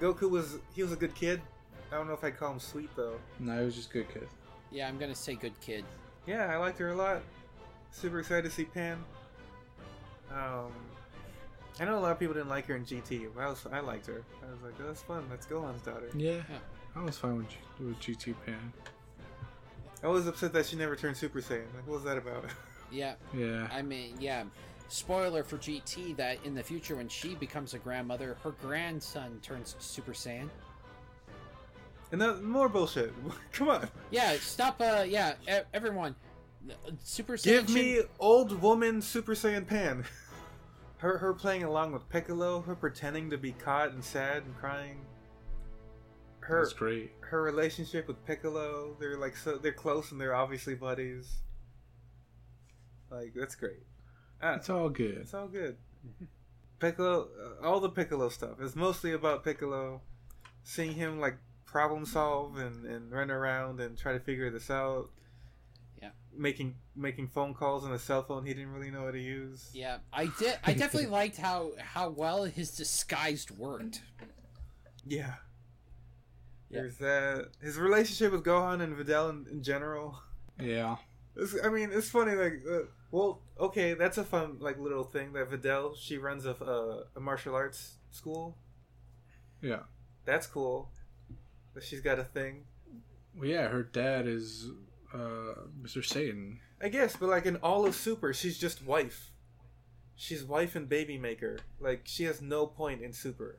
[SPEAKER 1] Goku was he was a good kid. I don't know if I call him sweet though.
[SPEAKER 2] No, it was just good kid.
[SPEAKER 3] Yeah, I'm gonna say good kid.
[SPEAKER 1] Yeah, I liked her a lot. Super excited to see Pan. Um, I know a lot of people didn't like her in GT. But I was I liked her. I was like, oh, that's fun. That's Gohan's daughter.
[SPEAKER 2] Yeah.
[SPEAKER 3] Yeah.
[SPEAKER 2] I was fine with, G- with GT Pan.
[SPEAKER 1] I was upset that she never turned Super Saiyan. Like, what was that about?
[SPEAKER 3] Yeah,
[SPEAKER 2] Yeah.
[SPEAKER 3] I mean, yeah. Spoiler for GT that in the future when she becomes a grandmother, her grandson turns Super Saiyan.
[SPEAKER 1] and that more bullshit. Come on,
[SPEAKER 3] Yeah, stop. Uh, yeah, e- everyone. Super Saiyan.
[SPEAKER 1] give
[SPEAKER 3] should-
[SPEAKER 1] me old woman Super Saiyan Pan. Her, her playing along with Piccolo, her pretending to be caught and sad and crying.
[SPEAKER 2] Her.
[SPEAKER 1] Her
[SPEAKER 2] That's great.
[SPEAKER 1] her relationship with Piccolo. They're like so they're close and they're obviously buddies. Like that's great. Ah,
[SPEAKER 2] It's all good.
[SPEAKER 1] it's all good. Piccolo, uh, all the Piccolo stuff is mostly about Piccolo, seeing him like problem solve and and run around and try to figure this out.
[SPEAKER 3] Yeah.
[SPEAKER 1] Making making phone calls on a cell phone he didn't really know how to use.
[SPEAKER 3] Yeah, I did. I definitely liked how how well his disguised worked.
[SPEAKER 1] Yeah.
[SPEAKER 3] Yeah.
[SPEAKER 1] There's that. His relationship with Gohan and Videl in, in general.
[SPEAKER 2] Yeah.
[SPEAKER 1] It's, I mean, it's funny. Like, uh, well, okay, that's a fun like little thing that Videl. She runs a uh, a martial arts school.
[SPEAKER 2] Yeah.
[SPEAKER 1] That's cool. That she's got a thing.
[SPEAKER 2] Well, yeah, her dad is uh, Mr. Satan.
[SPEAKER 1] I guess, but like in all of Super, she's just wife. She's wife and baby maker. Like she has no point in Super.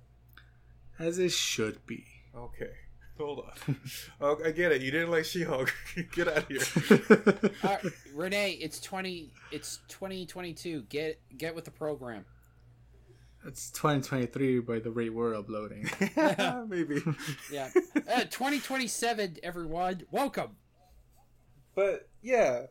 [SPEAKER 2] As it should be.
[SPEAKER 1] Okay, hold on. oh, I get it. You didn't like She-Hulk. get out of here.
[SPEAKER 3] Uh, Renee, it's twenty. It's twenty twenty two. Get get with the program.
[SPEAKER 2] It's 2023 by the rate we're uploading.
[SPEAKER 1] Maybe.
[SPEAKER 3] Yeah, uh, twenty twenty seven. Everyone, welcome.
[SPEAKER 1] But yeah,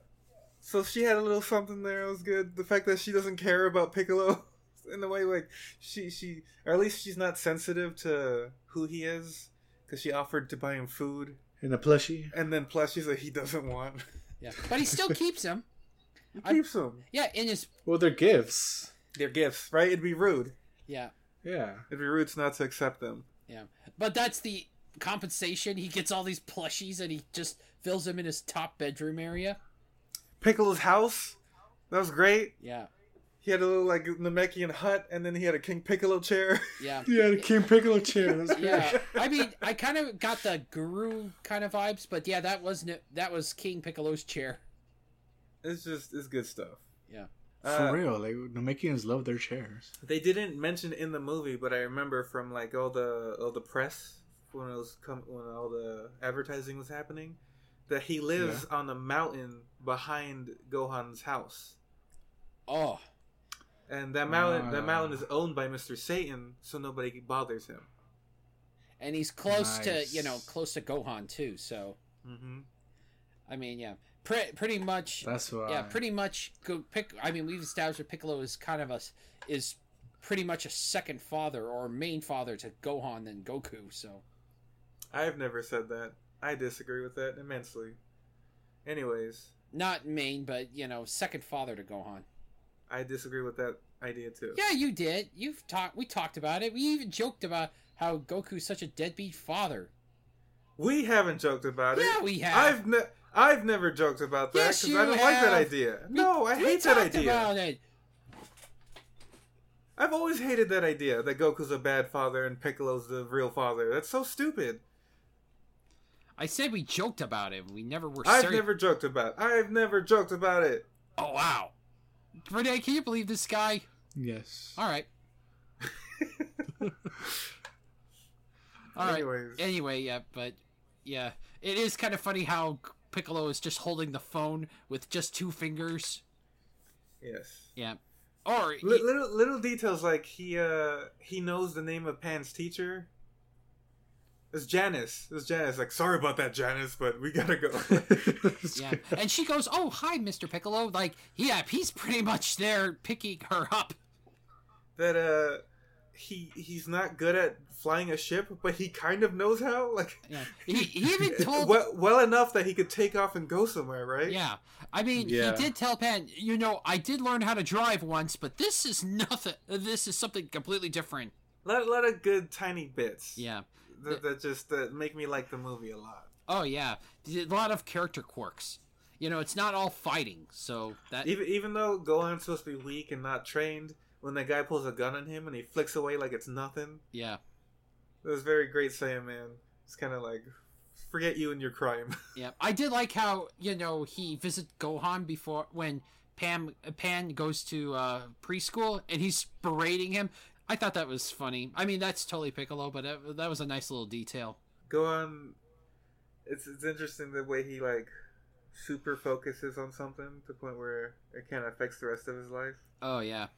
[SPEAKER 1] so she had a little something there. It was good. The fact that she doesn't care about Piccolo in the way like she she or at least she's not sensitive to who he is because she offered to buy him food
[SPEAKER 2] In a plushie.
[SPEAKER 1] and then plus she's like he doesn't want.
[SPEAKER 3] Yeah, but he still keeps him.
[SPEAKER 1] He
[SPEAKER 3] I-
[SPEAKER 1] keeps them.
[SPEAKER 3] Yeah, in his
[SPEAKER 2] Well, they're gifts.
[SPEAKER 1] They're gifts, right? It'd be rude.
[SPEAKER 3] yeah,
[SPEAKER 2] Yeah.
[SPEAKER 1] It'd be rude not to accept them.
[SPEAKER 3] yeah. But that's the compensation. He gets all these plushies, and he just fills them in his top bedroom area.
[SPEAKER 1] Piccolo's house. That was great.
[SPEAKER 3] Yeah,
[SPEAKER 1] He had a little like Namekian hut, and then he had a King Piccolo chair.
[SPEAKER 3] yeah.
[SPEAKER 2] Yeah, the King Piccolo chair.
[SPEAKER 3] Yeah, I mean, I kind of got the guru kind of vibes, but yeah, that was not that was King Piccolo's chair.
[SPEAKER 1] it's just it's good stuff.
[SPEAKER 3] Yeah.
[SPEAKER 1] Uh,
[SPEAKER 2] For real, like Namekians love their chairs.
[SPEAKER 1] They didn't mention in the movie, but I remember from like all the all the press when it was com- when all the advertising was happening that he lives on the mountain behind Gohan's house.
[SPEAKER 3] Oh,
[SPEAKER 1] And that mountain
[SPEAKER 2] Ah.
[SPEAKER 1] that mountain is owned by Mr. Satan, so nobody bothers him.
[SPEAKER 3] and he's close
[SPEAKER 2] Nice.
[SPEAKER 3] to you know close to Gohan too. So
[SPEAKER 1] hmm
[SPEAKER 3] I mean, yeah, pre- pretty much.
[SPEAKER 2] That's why.
[SPEAKER 3] yeah, pretty much. Go pick. I mean, we've established that Piccolo is kind of a s- is pretty much a second father or main father to Gohan than Goku. So
[SPEAKER 1] I've never said that. I disagree with that immensely. Anyways,
[SPEAKER 3] not main, but you know, second father to Gohan.
[SPEAKER 1] I disagree with that idea too.
[SPEAKER 3] Yeah, you did. You've talked. We talked about it. We even joked about how Goku's such a deadbeat father.
[SPEAKER 1] We haven't joked about it.
[SPEAKER 3] Yeah, we have.
[SPEAKER 1] I've ne- I've never joked about that
[SPEAKER 3] Yes,
[SPEAKER 1] because
[SPEAKER 3] you
[SPEAKER 1] I don't like that
[SPEAKER 3] have.
[SPEAKER 1] idea. No, I
[SPEAKER 3] We
[SPEAKER 1] hate that
[SPEAKER 3] talked
[SPEAKER 1] idea.
[SPEAKER 3] about it.
[SPEAKER 1] I've always hated that idea that Goku's a bad father and Piccolo's the real father. That's so stupid.
[SPEAKER 3] I said we joked about it. We never were.
[SPEAKER 1] I've
[SPEAKER 3] serious.
[SPEAKER 1] never joked about. I've never joked about it.
[SPEAKER 3] Oh wow, Renee, can you believe this guy?
[SPEAKER 2] Yes.
[SPEAKER 3] All right. All right.
[SPEAKER 1] Anyways,
[SPEAKER 3] Anyway, yeah, but yeah, it is kind of funny how Piccolo is just holding the phone with just two fingers.
[SPEAKER 1] yes.
[SPEAKER 3] Yeah. Or
[SPEAKER 1] Li- little little details like he uh he knows the name of Pan's teacher. It's Janice. It's Janice. Like, sorry about that, Janice, but we gotta go.
[SPEAKER 3] yeah, and she goes, "Oh, hi, Mr. Piccolo." Like, yeah, he's pretty much there picking her up.
[SPEAKER 1] that uh, he he's not good at flying a ship, but he kind of knows how. Like,
[SPEAKER 3] Yeah, he, he even told.
[SPEAKER 1] well, well enough that he could take off and go somewhere, right?
[SPEAKER 3] Yeah, I mean,
[SPEAKER 2] Yeah.
[SPEAKER 3] he did tell Pan, you know, I did learn how to drive once, but this is nothing. This is something completely different.
[SPEAKER 1] Lot lot of good tiny bits.
[SPEAKER 3] Yeah.
[SPEAKER 1] That, that just that make me like the movie a lot.
[SPEAKER 3] Oh yeah, a lot of character quirks. You know, it's not all fighting, so that
[SPEAKER 1] Even even though Gohan's supposed to be weak and not trained, when that guy pulls a gun on him and he flicks away like it's nothing,
[SPEAKER 3] yeah,
[SPEAKER 1] it was very great saying, man. It's kind of like forget you and your crime.
[SPEAKER 3] yeah. I did like how you know he visit Gohan before when Pam Pan goes to uh, preschool and he's berating him. I thought that was funny. I mean, that's totally Piccolo, but that, that was a nice little detail.
[SPEAKER 1] Gohan, it's it's interesting the way he like super focuses on something to the point where it kind of affects the rest of his life.
[SPEAKER 3] Oh yeah,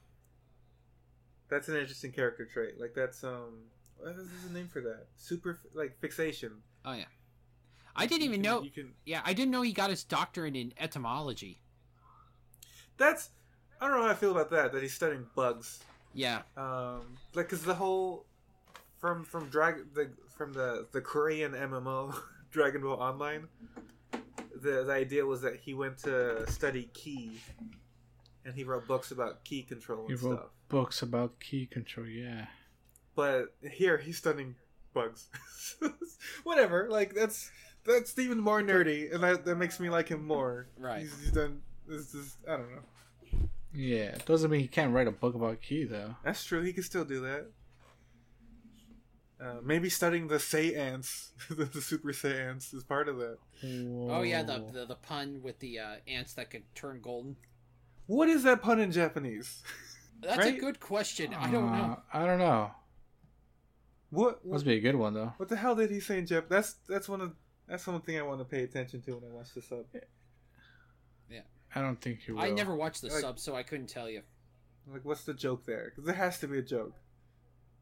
[SPEAKER 1] That's an interesting character trait. Like that's um, what is the name for that? Super like fixation.
[SPEAKER 3] oh yeah. I didn't even
[SPEAKER 1] You can-
[SPEAKER 3] know.
[SPEAKER 1] you can.
[SPEAKER 3] Yeah, I didn't know he got his doctorate in etymology.
[SPEAKER 1] That's I don't know how I feel about that. That he's studying bugs.
[SPEAKER 3] Yeah,
[SPEAKER 1] um like because the whole from from drag the from the the korean mmo dragon ball online the the idea was that he went to study key and he wrote books about key control
[SPEAKER 2] He
[SPEAKER 1] and
[SPEAKER 2] wrote
[SPEAKER 1] stuff
[SPEAKER 2] books about key control. Yeah.
[SPEAKER 1] but here he's studying bugs whatever like that's that's even more nerdy and that, that makes me like him more
[SPEAKER 3] Right.
[SPEAKER 1] he's, he's done this is i don't know
[SPEAKER 2] Yeah. Doesn't mean he can't write a book about key though.
[SPEAKER 1] that's true he could still do that uh, maybe studying the say ants the super say ants is part of that
[SPEAKER 3] Oh yeah, the, the the pun with the uh, ants that could turn golden.
[SPEAKER 1] What is that pun in Japanese?
[SPEAKER 3] That's
[SPEAKER 1] Right?
[SPEAKER 3] a good question. I don't know.
[SPEAKER 2] Uh, I don't know.
[SPEAKER 1] What what,
[SPEAKER 2] Must be a good one though.
[SPEAKER 1] what the hell did he say in Jap? That's that's one of that's one thing I want to pay attention to when I watch this up.
[SPEAKER 2] I don't think he will.
[SPEAKER 3] I never watched the
[SPEAKER 1] Like-
[SPEAKER 3] sub, so I couldn't tell you.
[SPEAKER 1] Like, what's the joke there? Because there has to be a joke.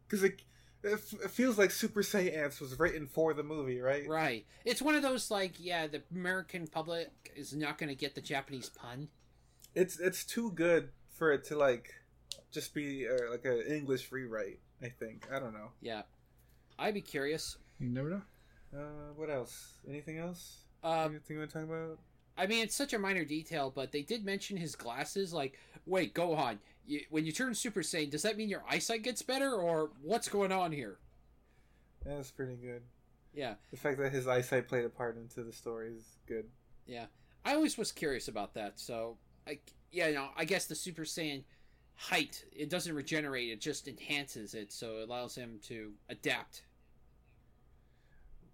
[SPEAKER 1] Because it, it, f- it feels like Super Saiyan Ants was written for the movie, right?
[SPEAKER 3] Right. It's one of those like, yeah, the American public is not going to get the Japanese pun.
[SPEAKER 1] It's it's too good for it to like just be uh, like an English rewrite. I think I don't know.
[SPEAKER 3] Yeah. I'd be curious.
[SPEAKER 2] You never know.
[SPEAKER 1] Uh, what else? Anything else?
[SPEAKER 3] Um,
[SPEAKER 1] Anything you want to talk about?
[SPEAKER 3] I mean, it's such a minor detail, but they did mention his glasses. Like, wait, Gohan, you, when you turn Super Saiyan, does that mean your eyesight gets better, or what's going on here?
[SPEAKER 1] That's pretty good.
[SPEAKER 3] Yeah.
[SPEAKER 1] The fact that his eyesight played a part into the story is good.
[SPEAKER 3] I always was curious about that. So, I, yeah, you know, I guess the Super Saiyan height it doesn't regenerate; it just enhances it, so it allows him to adapt.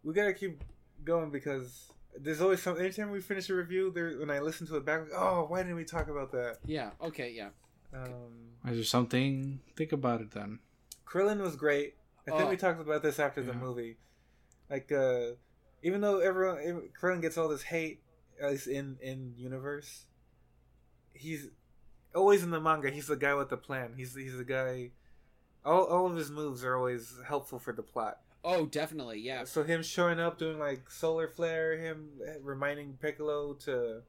[SPEAKER 1] we gotta keep going because there's always some. Anytime we finish a review, there when I listen to it back, oh, why didn't we talk about that?
[SPEAKER 3] Yeah. Okay. Yeah.
[SPEAKER 1] Um,
[SPEAKER 2] Is there something? Think about it then.
[SPEAKER 1] Krillin was great. I think
[SPEAKER 3] Oh. Mm-hmm.
[SPEAKER 1] we talked about this after the
[SPEAKER 2] Yeah.
[SPEAKER 1] movie. Like, uh, even though everyone ev- Krillin gets all this hate, at least in in universe, he's always in the manga. He's the guy with the plan. He's he's the guy. All, all of his moves are always helpful for the plot.
[SPEAKER 3] Oh, definitely. Yeah.
[SPEAKER 1] So him showing up doing like solar flare, him eh, reminding Piccolo to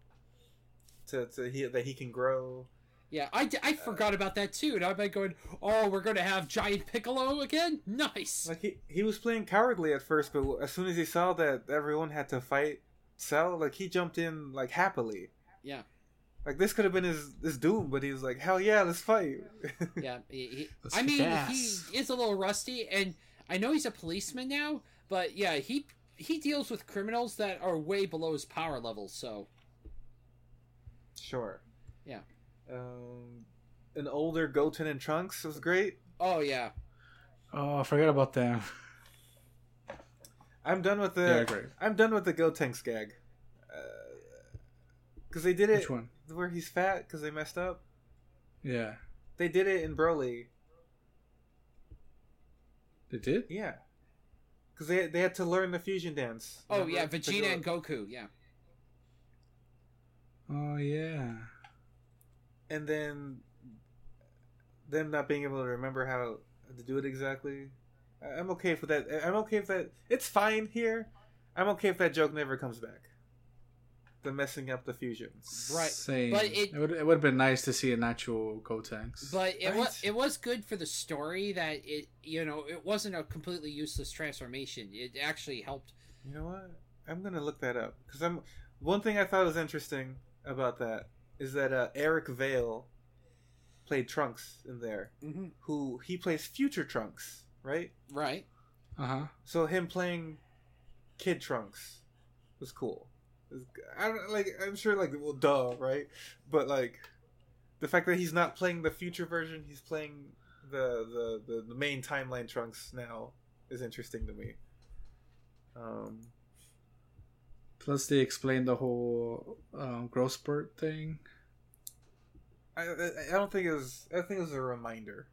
[SPEAKER 1] to, to he, that he can grow.
[SPEAKER 3] Yeah. I, d-
[SPEAKER 1] Uh,
[SPEAKER 3] I forgot about that too, and I've been going, oh, we're gonna have giant Piccolo again. Nice.
[SPEAKER 1] Like he he was playing cowardly at first, but as soon as he saw that everyone had to fight Cell, like he jumped in like happily.
[SPEAKER 3] Yeah.
[SPEAKER 1] Like this could have been his his doom, but he was like, hell yeah, let's fight.
[SPEAKER 3] yeah. He, he-
[SPEAKER 2] Let's
[SPEAKER 3] I
[SPEAKER 2] kick
[SPEAKER 3] mean,
[SPEAKER 2] ass.
[SPEAKER 3] he is a little rusty, and I know he's a policeman now, but yeah, he he deals with criminals that are way below his power level. So
[SPEAKER 1] sure.
[SPEAKER 3] Yeah.
[SPEAKER 1] Um, an older Goten and Trunks was great.
[SPEAKER 3] oh yeah.
[SPEAKER 2] Oh, I forgot about that.
[SPEAKER 1] I'm done with the.
[SPEAKER 2] Yeah, great.
[SPEAKER 1] I'm done with the Gotenks gag. Because they did it
[SPEAKER 2] Which one?
[SPEAKER 1] where he's fat because they messed up.
[SPEAKER 2] Yeah.
[SPEAKER 1] They did it in Broly.
[SPEAKER 2] They did?
[SPEAKER 1] Yeah. Because they, they had to learn the fusion dance.
[SPEAKER 3] Oh
[SPEAKER 1] Remember?
[SPEAKER 3] yeah,
[SPEAKER 1] To
[SPEAKER 3] Vegeta
[SPEAKER 1] go-
[SPEAKER 3] and Goku. Yeah.
[SPEAKER 2] Oh yeah.
[SPEAKER 1] And then them not being able to remember how to do it exactly. I- I'm okay with that. I- I'm okay with that. It's fine here. I'm okay if that joke never comes back. The messing up the fusions.
[SPEAKER 3] Right.
[SPEAKER 2] Same.
[SPEAKER 3] But
[SPEAKER 2] it
[SPEAKER 3] it-
[SPEAKER 2] would it would have been nice to see an actual Gotenks.
[SPEAKER 3] But it was
[SPEAKER 1] Right.
[SPEAKER 3] it was good for the story that it you know it wasn't a completely useless transformation. It actually helped.
[SPEAKER 1] You know what? I'm gonna look that up because I'm. One thing I thought was interesting about that is that uh, Eric Vale played Trunks in there, who he plays future Trunks, right?
[SPEAKER 3] Right.
[SPEAKER 2] Uh huh.
[SPEAKER 1] So him playing Kid Trunks was cool. It was- I don't like. I'm sure, like, well, duh, right? But like, the fact that he's not playing the future version, he's playing the the the, the main timeline Trunks now is interesting to me. Um.
[SPEAKER 2] Plus they explained the whole um, growth spurt thing.
[SPEAKER 1] I, I I don't think it was. I think it was a reminder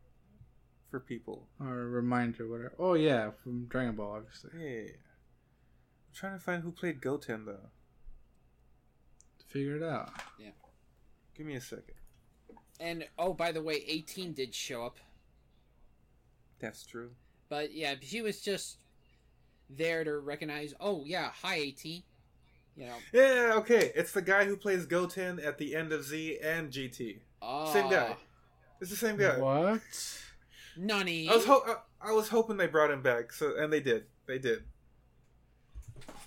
[SPEAKER 1] for people.
[SPEAKER 2] Or a reminder, whatever. Oh yeah, from Dragon Ball, obviously.
[SPEAKER 1] Yeah, I'm trying to find who played Goten though.
[SPEAKER 2] Figure it out.
[SPEAKER 1] Give me a second.
[SPEAKER 3] And oh, by the way, eighteen did show up,
[SPEAKER 1] That's true.
[SPEAKER 3] but yeah, she was just there to recognize. Oh yeah, hi eighteen. You know.
[SPEAKER 1] Yeah, okay. It's the guy who plays Goten at the end of Z and GT.
[SPEAKER 3] Uh,
[SPEAKER 1] Same guy. It's the same guy.
[SPEAKER 2] Ah. What?
[SPEAKER 3] Nani.
[SPEAKER 1] I was ho- I, I was hoping they brought him back. So and they did. They did.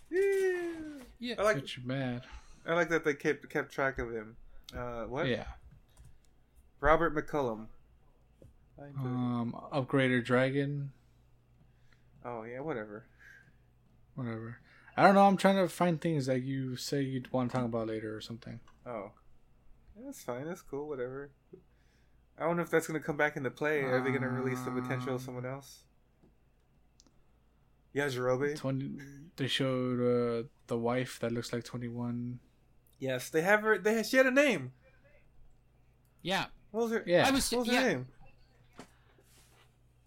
[SPEAKER 1] Yeah.
[SPEAKER 3] Yeah.
[SPEAKER 1] I like
[SPEAKER 2] Get you mad.
[SPEAKER 1] I like that they kept kept track of him. Uh, what?
[SPEAKER 2] Yeah.
[SPEAKER 1] Robert McCullum. I'm dirty.
[SPEAKER 2] Um, upgrader dragon, Uh.
[SPEAKER 1] oh yeah, whatever.
[SPEAKER 2] whatever. I don't know. I'm trying to find things that you say you'd want to talk about later or something.
[SPEAKER 1] Oh, Yeah, that's fine. That's cool. Whatever. I wonder if that's gonna come back into play. Are they gonna release the potential of someone else?
[SPEAKER 2] Um,
[SPEAKER 1] Yajirobe.
[SPEAKER 2] Twenty. They showed uh, the wife that looks like 21.
[SPEAKER 1] Yes, they have her. They she had a name.
[SPEAKER 3] yeah.
[SPEAKER 1] What was her?
[SPEAKER 2] Yeah.
[SPEAKER 3] I was.
[SPEAKER 1] What was her
[SPEAKER 3] yeah.
[SPEAKER 1] name?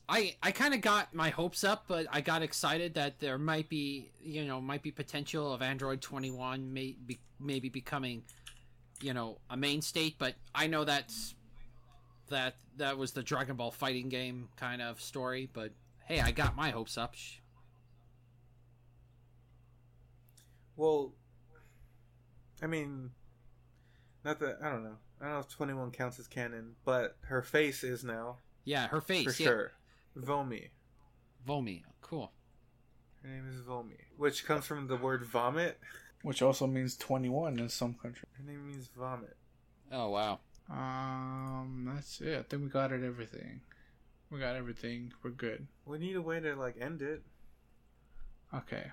[SPEAKER 3] I I kind of got my hopes up, but I got excited that there might be you know might be potential of Android 21 may be, maybe becoming you know a main state, but I know that's that that was the Dragon Ball fighting game kind of story, but hey, I got my hopes up. Sh-
[SPEAKER 1] Well, I mean, not that I don't know. I don't know if Twenty One counts as canon, but her face is now
[SPEAKER 3] Yeah, her face,
[SPEAKER 1] for
[SPEAKER 3] yeah,
[SPEAKER 1] sure. Vomi.
[SPEAKER 3] Vomi, cool.
[SPEAKER 1] Her name is Vomi, which comes from the word vomit.
[SPEAKER 2] Which also means 21 in some countries.
[SPEAKER 1] Her name means vomit.
[SPEAKER 3] Oh wow,
[SPEAKER 2] Um, that's it. I think we got it. Everything. We got everything. We're good.
[SPEAKER 1] We need a way to like end it.
[SPEAKER 2] Okay.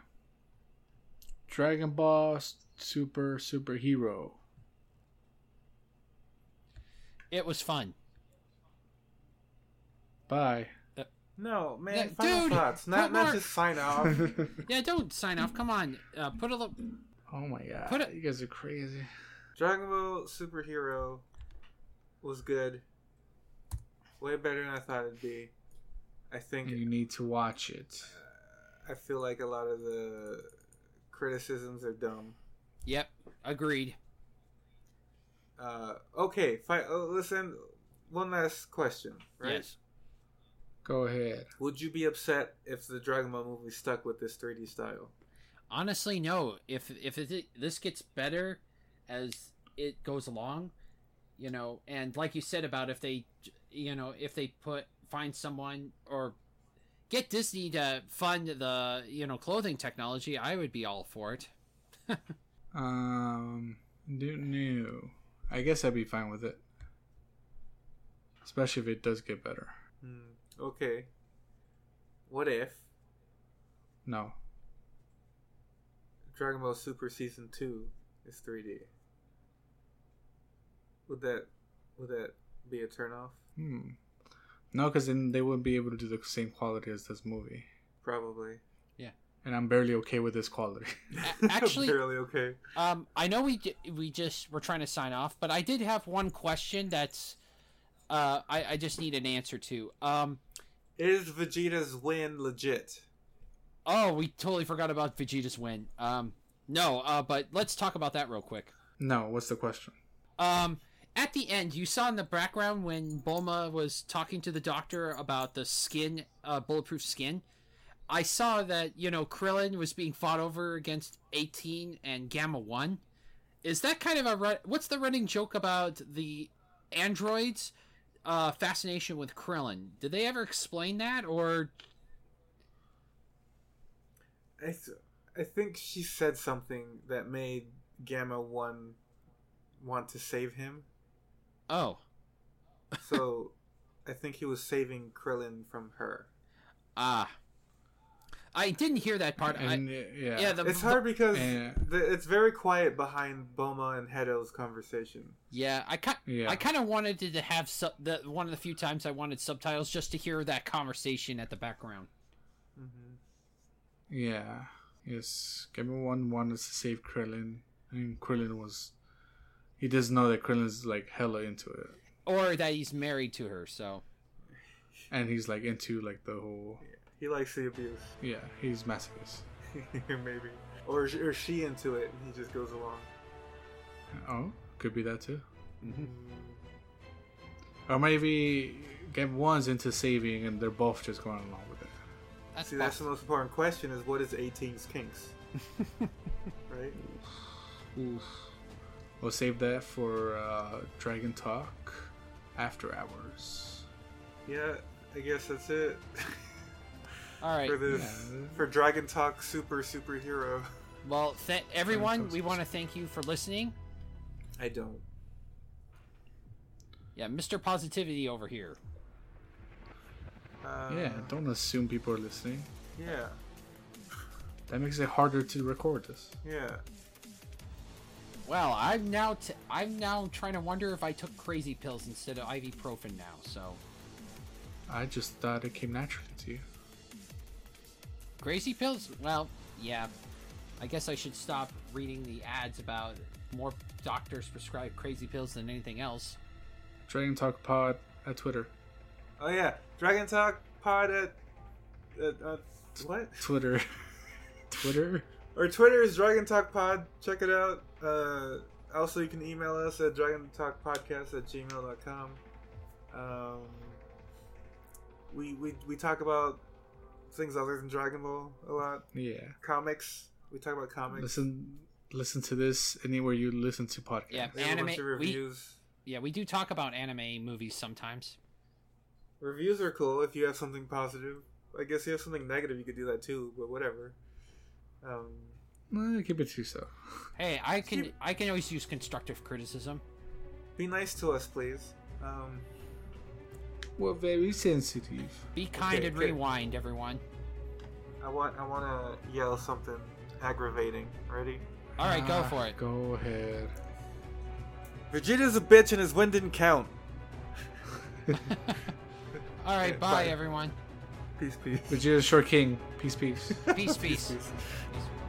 [SPEAKER 2] Dragon Ball Super Superhero.
[SPEAKER 3] it was fun.
[SPEAKER 2] Bye.
[SPEAKER 1] No, man,
[SPEAKER 3] Yeah,
[SPEAKER 1] final
[SPEAKER 3] dude,
[SPEAKER 1] thoughts. Not
[SPEAKER 3] put
[SPEAKER 1] not
[SPEAKER 3] more-
[SPEAKER 1] just sign off.
[SPEAKER 2] oh
[SPEAKER 3] Yeah, don't sign off. Come on, uh, put a little.
[SPEAKER 2] my god.
[SPEAKER 3] Put it-
[SPEAKER 2] you guys are crazy.
[SPEAKER 1] Dragon Ball Superhero was good. Way better than I thought it'd be. I think
[SPEAKER 2] You need to watch it.
[SPEAKER 1] I feel like a lot of the criticisms are dumb.
[SPEAKER 3] Yep, agreed.
[SPEAKER 1] Uh, okay, fi- oh, listen. One last question, right?
[SPEAKER 3] Yes.
[SPEAKER 2] Go ahead.
[SPEAKER 1] Would you be upset if the Dragon Ball movie stuck with this 3D style?
[SPEAKER 3] honestly no if if it, this gets better as it goes along you know and like you said about if they you know if they put find someone or get disney to fund the you know clothing technology i would be all for it
[SPEAKER 2] Um, new, new. I guess I'd be fine with it. Especially if it does get better.
[SPEAKER 1] Hmm, okay. What if
[SPEAKER 2] No.
[SPEAKER 1] Dragon Ball Super Season Two is 3D. Would that would that be a turnoff?
[SPEAKER 2] Hmm. No, because then they wouldn't be able to do the same quality as this movie.
[SPEAKER 1] Probably.
[SPEAKER 2] And I'm barely okay with this quality.
[SPEAKER 3] A- actually-
[SPEAKER 1] barely okay.
[SPEAKER 3] um i know we j- we just were trying to sign off but i did have one question that's uh, I, I just need an answer to. Um,
[SPEAKER 1] Is Vegeta's win legit?
[SPEAKER 3] oh, we totally forgot about Vegeta's win. Um, no, uh, but let's talk about that real quick.
[SPEAKER 2] No, what's the question?
[SPEAKER 3] Um, at the end, you saw in the background when Bulma was talking to the doctor about the skin, uh, bulletproof skin. I saw that you know Krillin was being fought over against 18 and Gamma One. Is that kind of a run- what's the running joke about the androids' uh, fascination with Krillin? Did they ever explain that, or
[SPEAKER 1] I, th- I think she said something that made Gamma 1 want to save him.
[SPEAKER 3] oh,
[SPEAKER 1] So I think he was saving Krillin from her.
[SPEAKER 3] ah, I didn't hear that part.
[SPEAKER 2] And,
[SPEAKER 3] I,
[SPEAKER 2] uh,
[SPEAKER 3] yeah,
[SPEAKER 2] yeah.
[SPEAKER 3] the,
[SPEAKER 1] It's hard because
[SPEAKER 2] Yeah.
[SPEAKER 1] the, it's very quiet behind Boma and Hedo's conversation.
[SPEAKER 3] Yeah, I kind
[SPEAKER 2] Yeah.
[SPEAKER 3] I kind of wanted to to have sub- the one of the few times I wanted subtitles just to hear that conversation at the background.
[SPEAKER 1] hmm
[SPEAKER 2] Yeah. Yes. Gamma One wanted to save Krillin, and Krillin was. He doesn't know that Krillin's like hella into it,
[SPEAKER 3] Or that he's married to her, so
[SPEAKER 2] and he's like into like the whole.
[SPEAKER 1] He likes the abuse,
[SPEAKER 2] Yeah, he's masochist.
[SPEAKER 1] maybe. Or, or she into it and he just goes along.
[SPEAKER 2] Oh, could be that too. Or maybe Game One's into saving, and they're both just going along with it.
[SPEAKER 3] that's,
[SPEAKER 1] See, that's the
[SPEAKER 3] possible.
[SPEAKER 1] most important question is what is 18's kinks? right?
[SPEAKER 2] Oof. We'll save that for uh, Dragon Talk after hours.
[SPEAKER 1] Yeah, I guess that's it.
[SPEAKER 3] all right.
[SPEAKER 1] for this
[SPEAKER 2] Yeah.
[SPEAKER 1] for Dragon Talk Super Superhero.
[SPEAKER 3] Well, th- everyone,
[SPEAKER 2] Sounds
[SPEAKER 3] we
[SPEAKER 2] good.
[SPEAKER 3] want to thank you for listening.
[SPEAKER 1] I don't.
[SPEAKER 3] Yeah, Mister Positivity over here.
[SPEAKER 1] Uh,
[SPEAKER 2] yeah, don't assume people are listening.
[SPEAKER 1] Yeah,
[SPEAKER 2] That makes it harder to record this.
[SPEAKER 1] yeah.
[SPEAKER 3] Well, I'm now t- I'm now trying to wonder if I took crazy pills instead of ibuprofen now. So
[SPEAKER 2] I just thought it came naturally to you.
[SPEAKER 3] crazy pills. Well, yeah. I guess I should stop reading the ads about more doctors prescribe crazy pills than anything else.
[SPEAKER 2] Dragon Talk Pod at Twitter.
[SPEAKER 1] Oh yeah, Dragon Talk Pod at, at uh, what?
[SPEAKER 2] Twitter. Twitter.
[SPEAKER 1] Our Twitter is Dragon Talk Pod. Check it out. Uh, also, you can email us at Dragon Talk Podcast at gmail.com. Um, we, we we talk about things other than Dragon Ball a lot.
[SPEAKER 2] Yeah.
[SPEAKER 1] Comics. We talk about comics.
[SPEAKER 2] Listen. Listen to this anywhere you listen to podcasts.
[SPEAKER 3] Yeah.
[SPEAKER 1] We have a bunch
[SPEAKER 3] Anime-
[SPEAKER 1] of
[SPEAKER 3] we-
[SPEAKER 1] reviews.
[SPEAKER 3] Yeah, we do talk about anime movies sometimes.
[SPEAKER 1] Reviews are cool if you have something positive. I guess if you have something negative, you could do that too, but whatever. Um,
[SPEAKER 2] Eh, keep it to yourself.
[SPEAKER 3] Hey, I can
[SPEAKER 1] Keep-
[SPEAKER 3] I can always use constructive criticism.
[SPEAKER 1] be nice to us, please. Um,
[SPEAKER 2] We're very sensitive.
[SPEAKER 3] Be kind
[SPEAKER 1] Okay,
[SPEAKER 3] and
[SPEAKER 1] okay.
[SPEAKER 3] rewind, everyone.
[SPEAKER 1] I want I want to yell something aggravating. Ready?
[SPEAKER 3] All right, go
[SPEAKER 2] Ah,
[SPEAKER 3] for it.
[SPEAKER 2] Go ahead.
[SPEAKER 1] Vegeta's a bitch and his win didn't count.
[SPEAKER 3] All right,
[SPEAKER 1] Okay,
[SPEAKER 3] bye,
[SPEAKER 1] bye.
[SPEAKER 3] everyone.
[SPEAKER 1] Peace, peace.
[SPEAKER 2] Vegeta Short King. Peace, peace.
[SPEAKER 3] Peace, peace.
[SPEAKER 1] peace.
[SPEAKER 3] peace.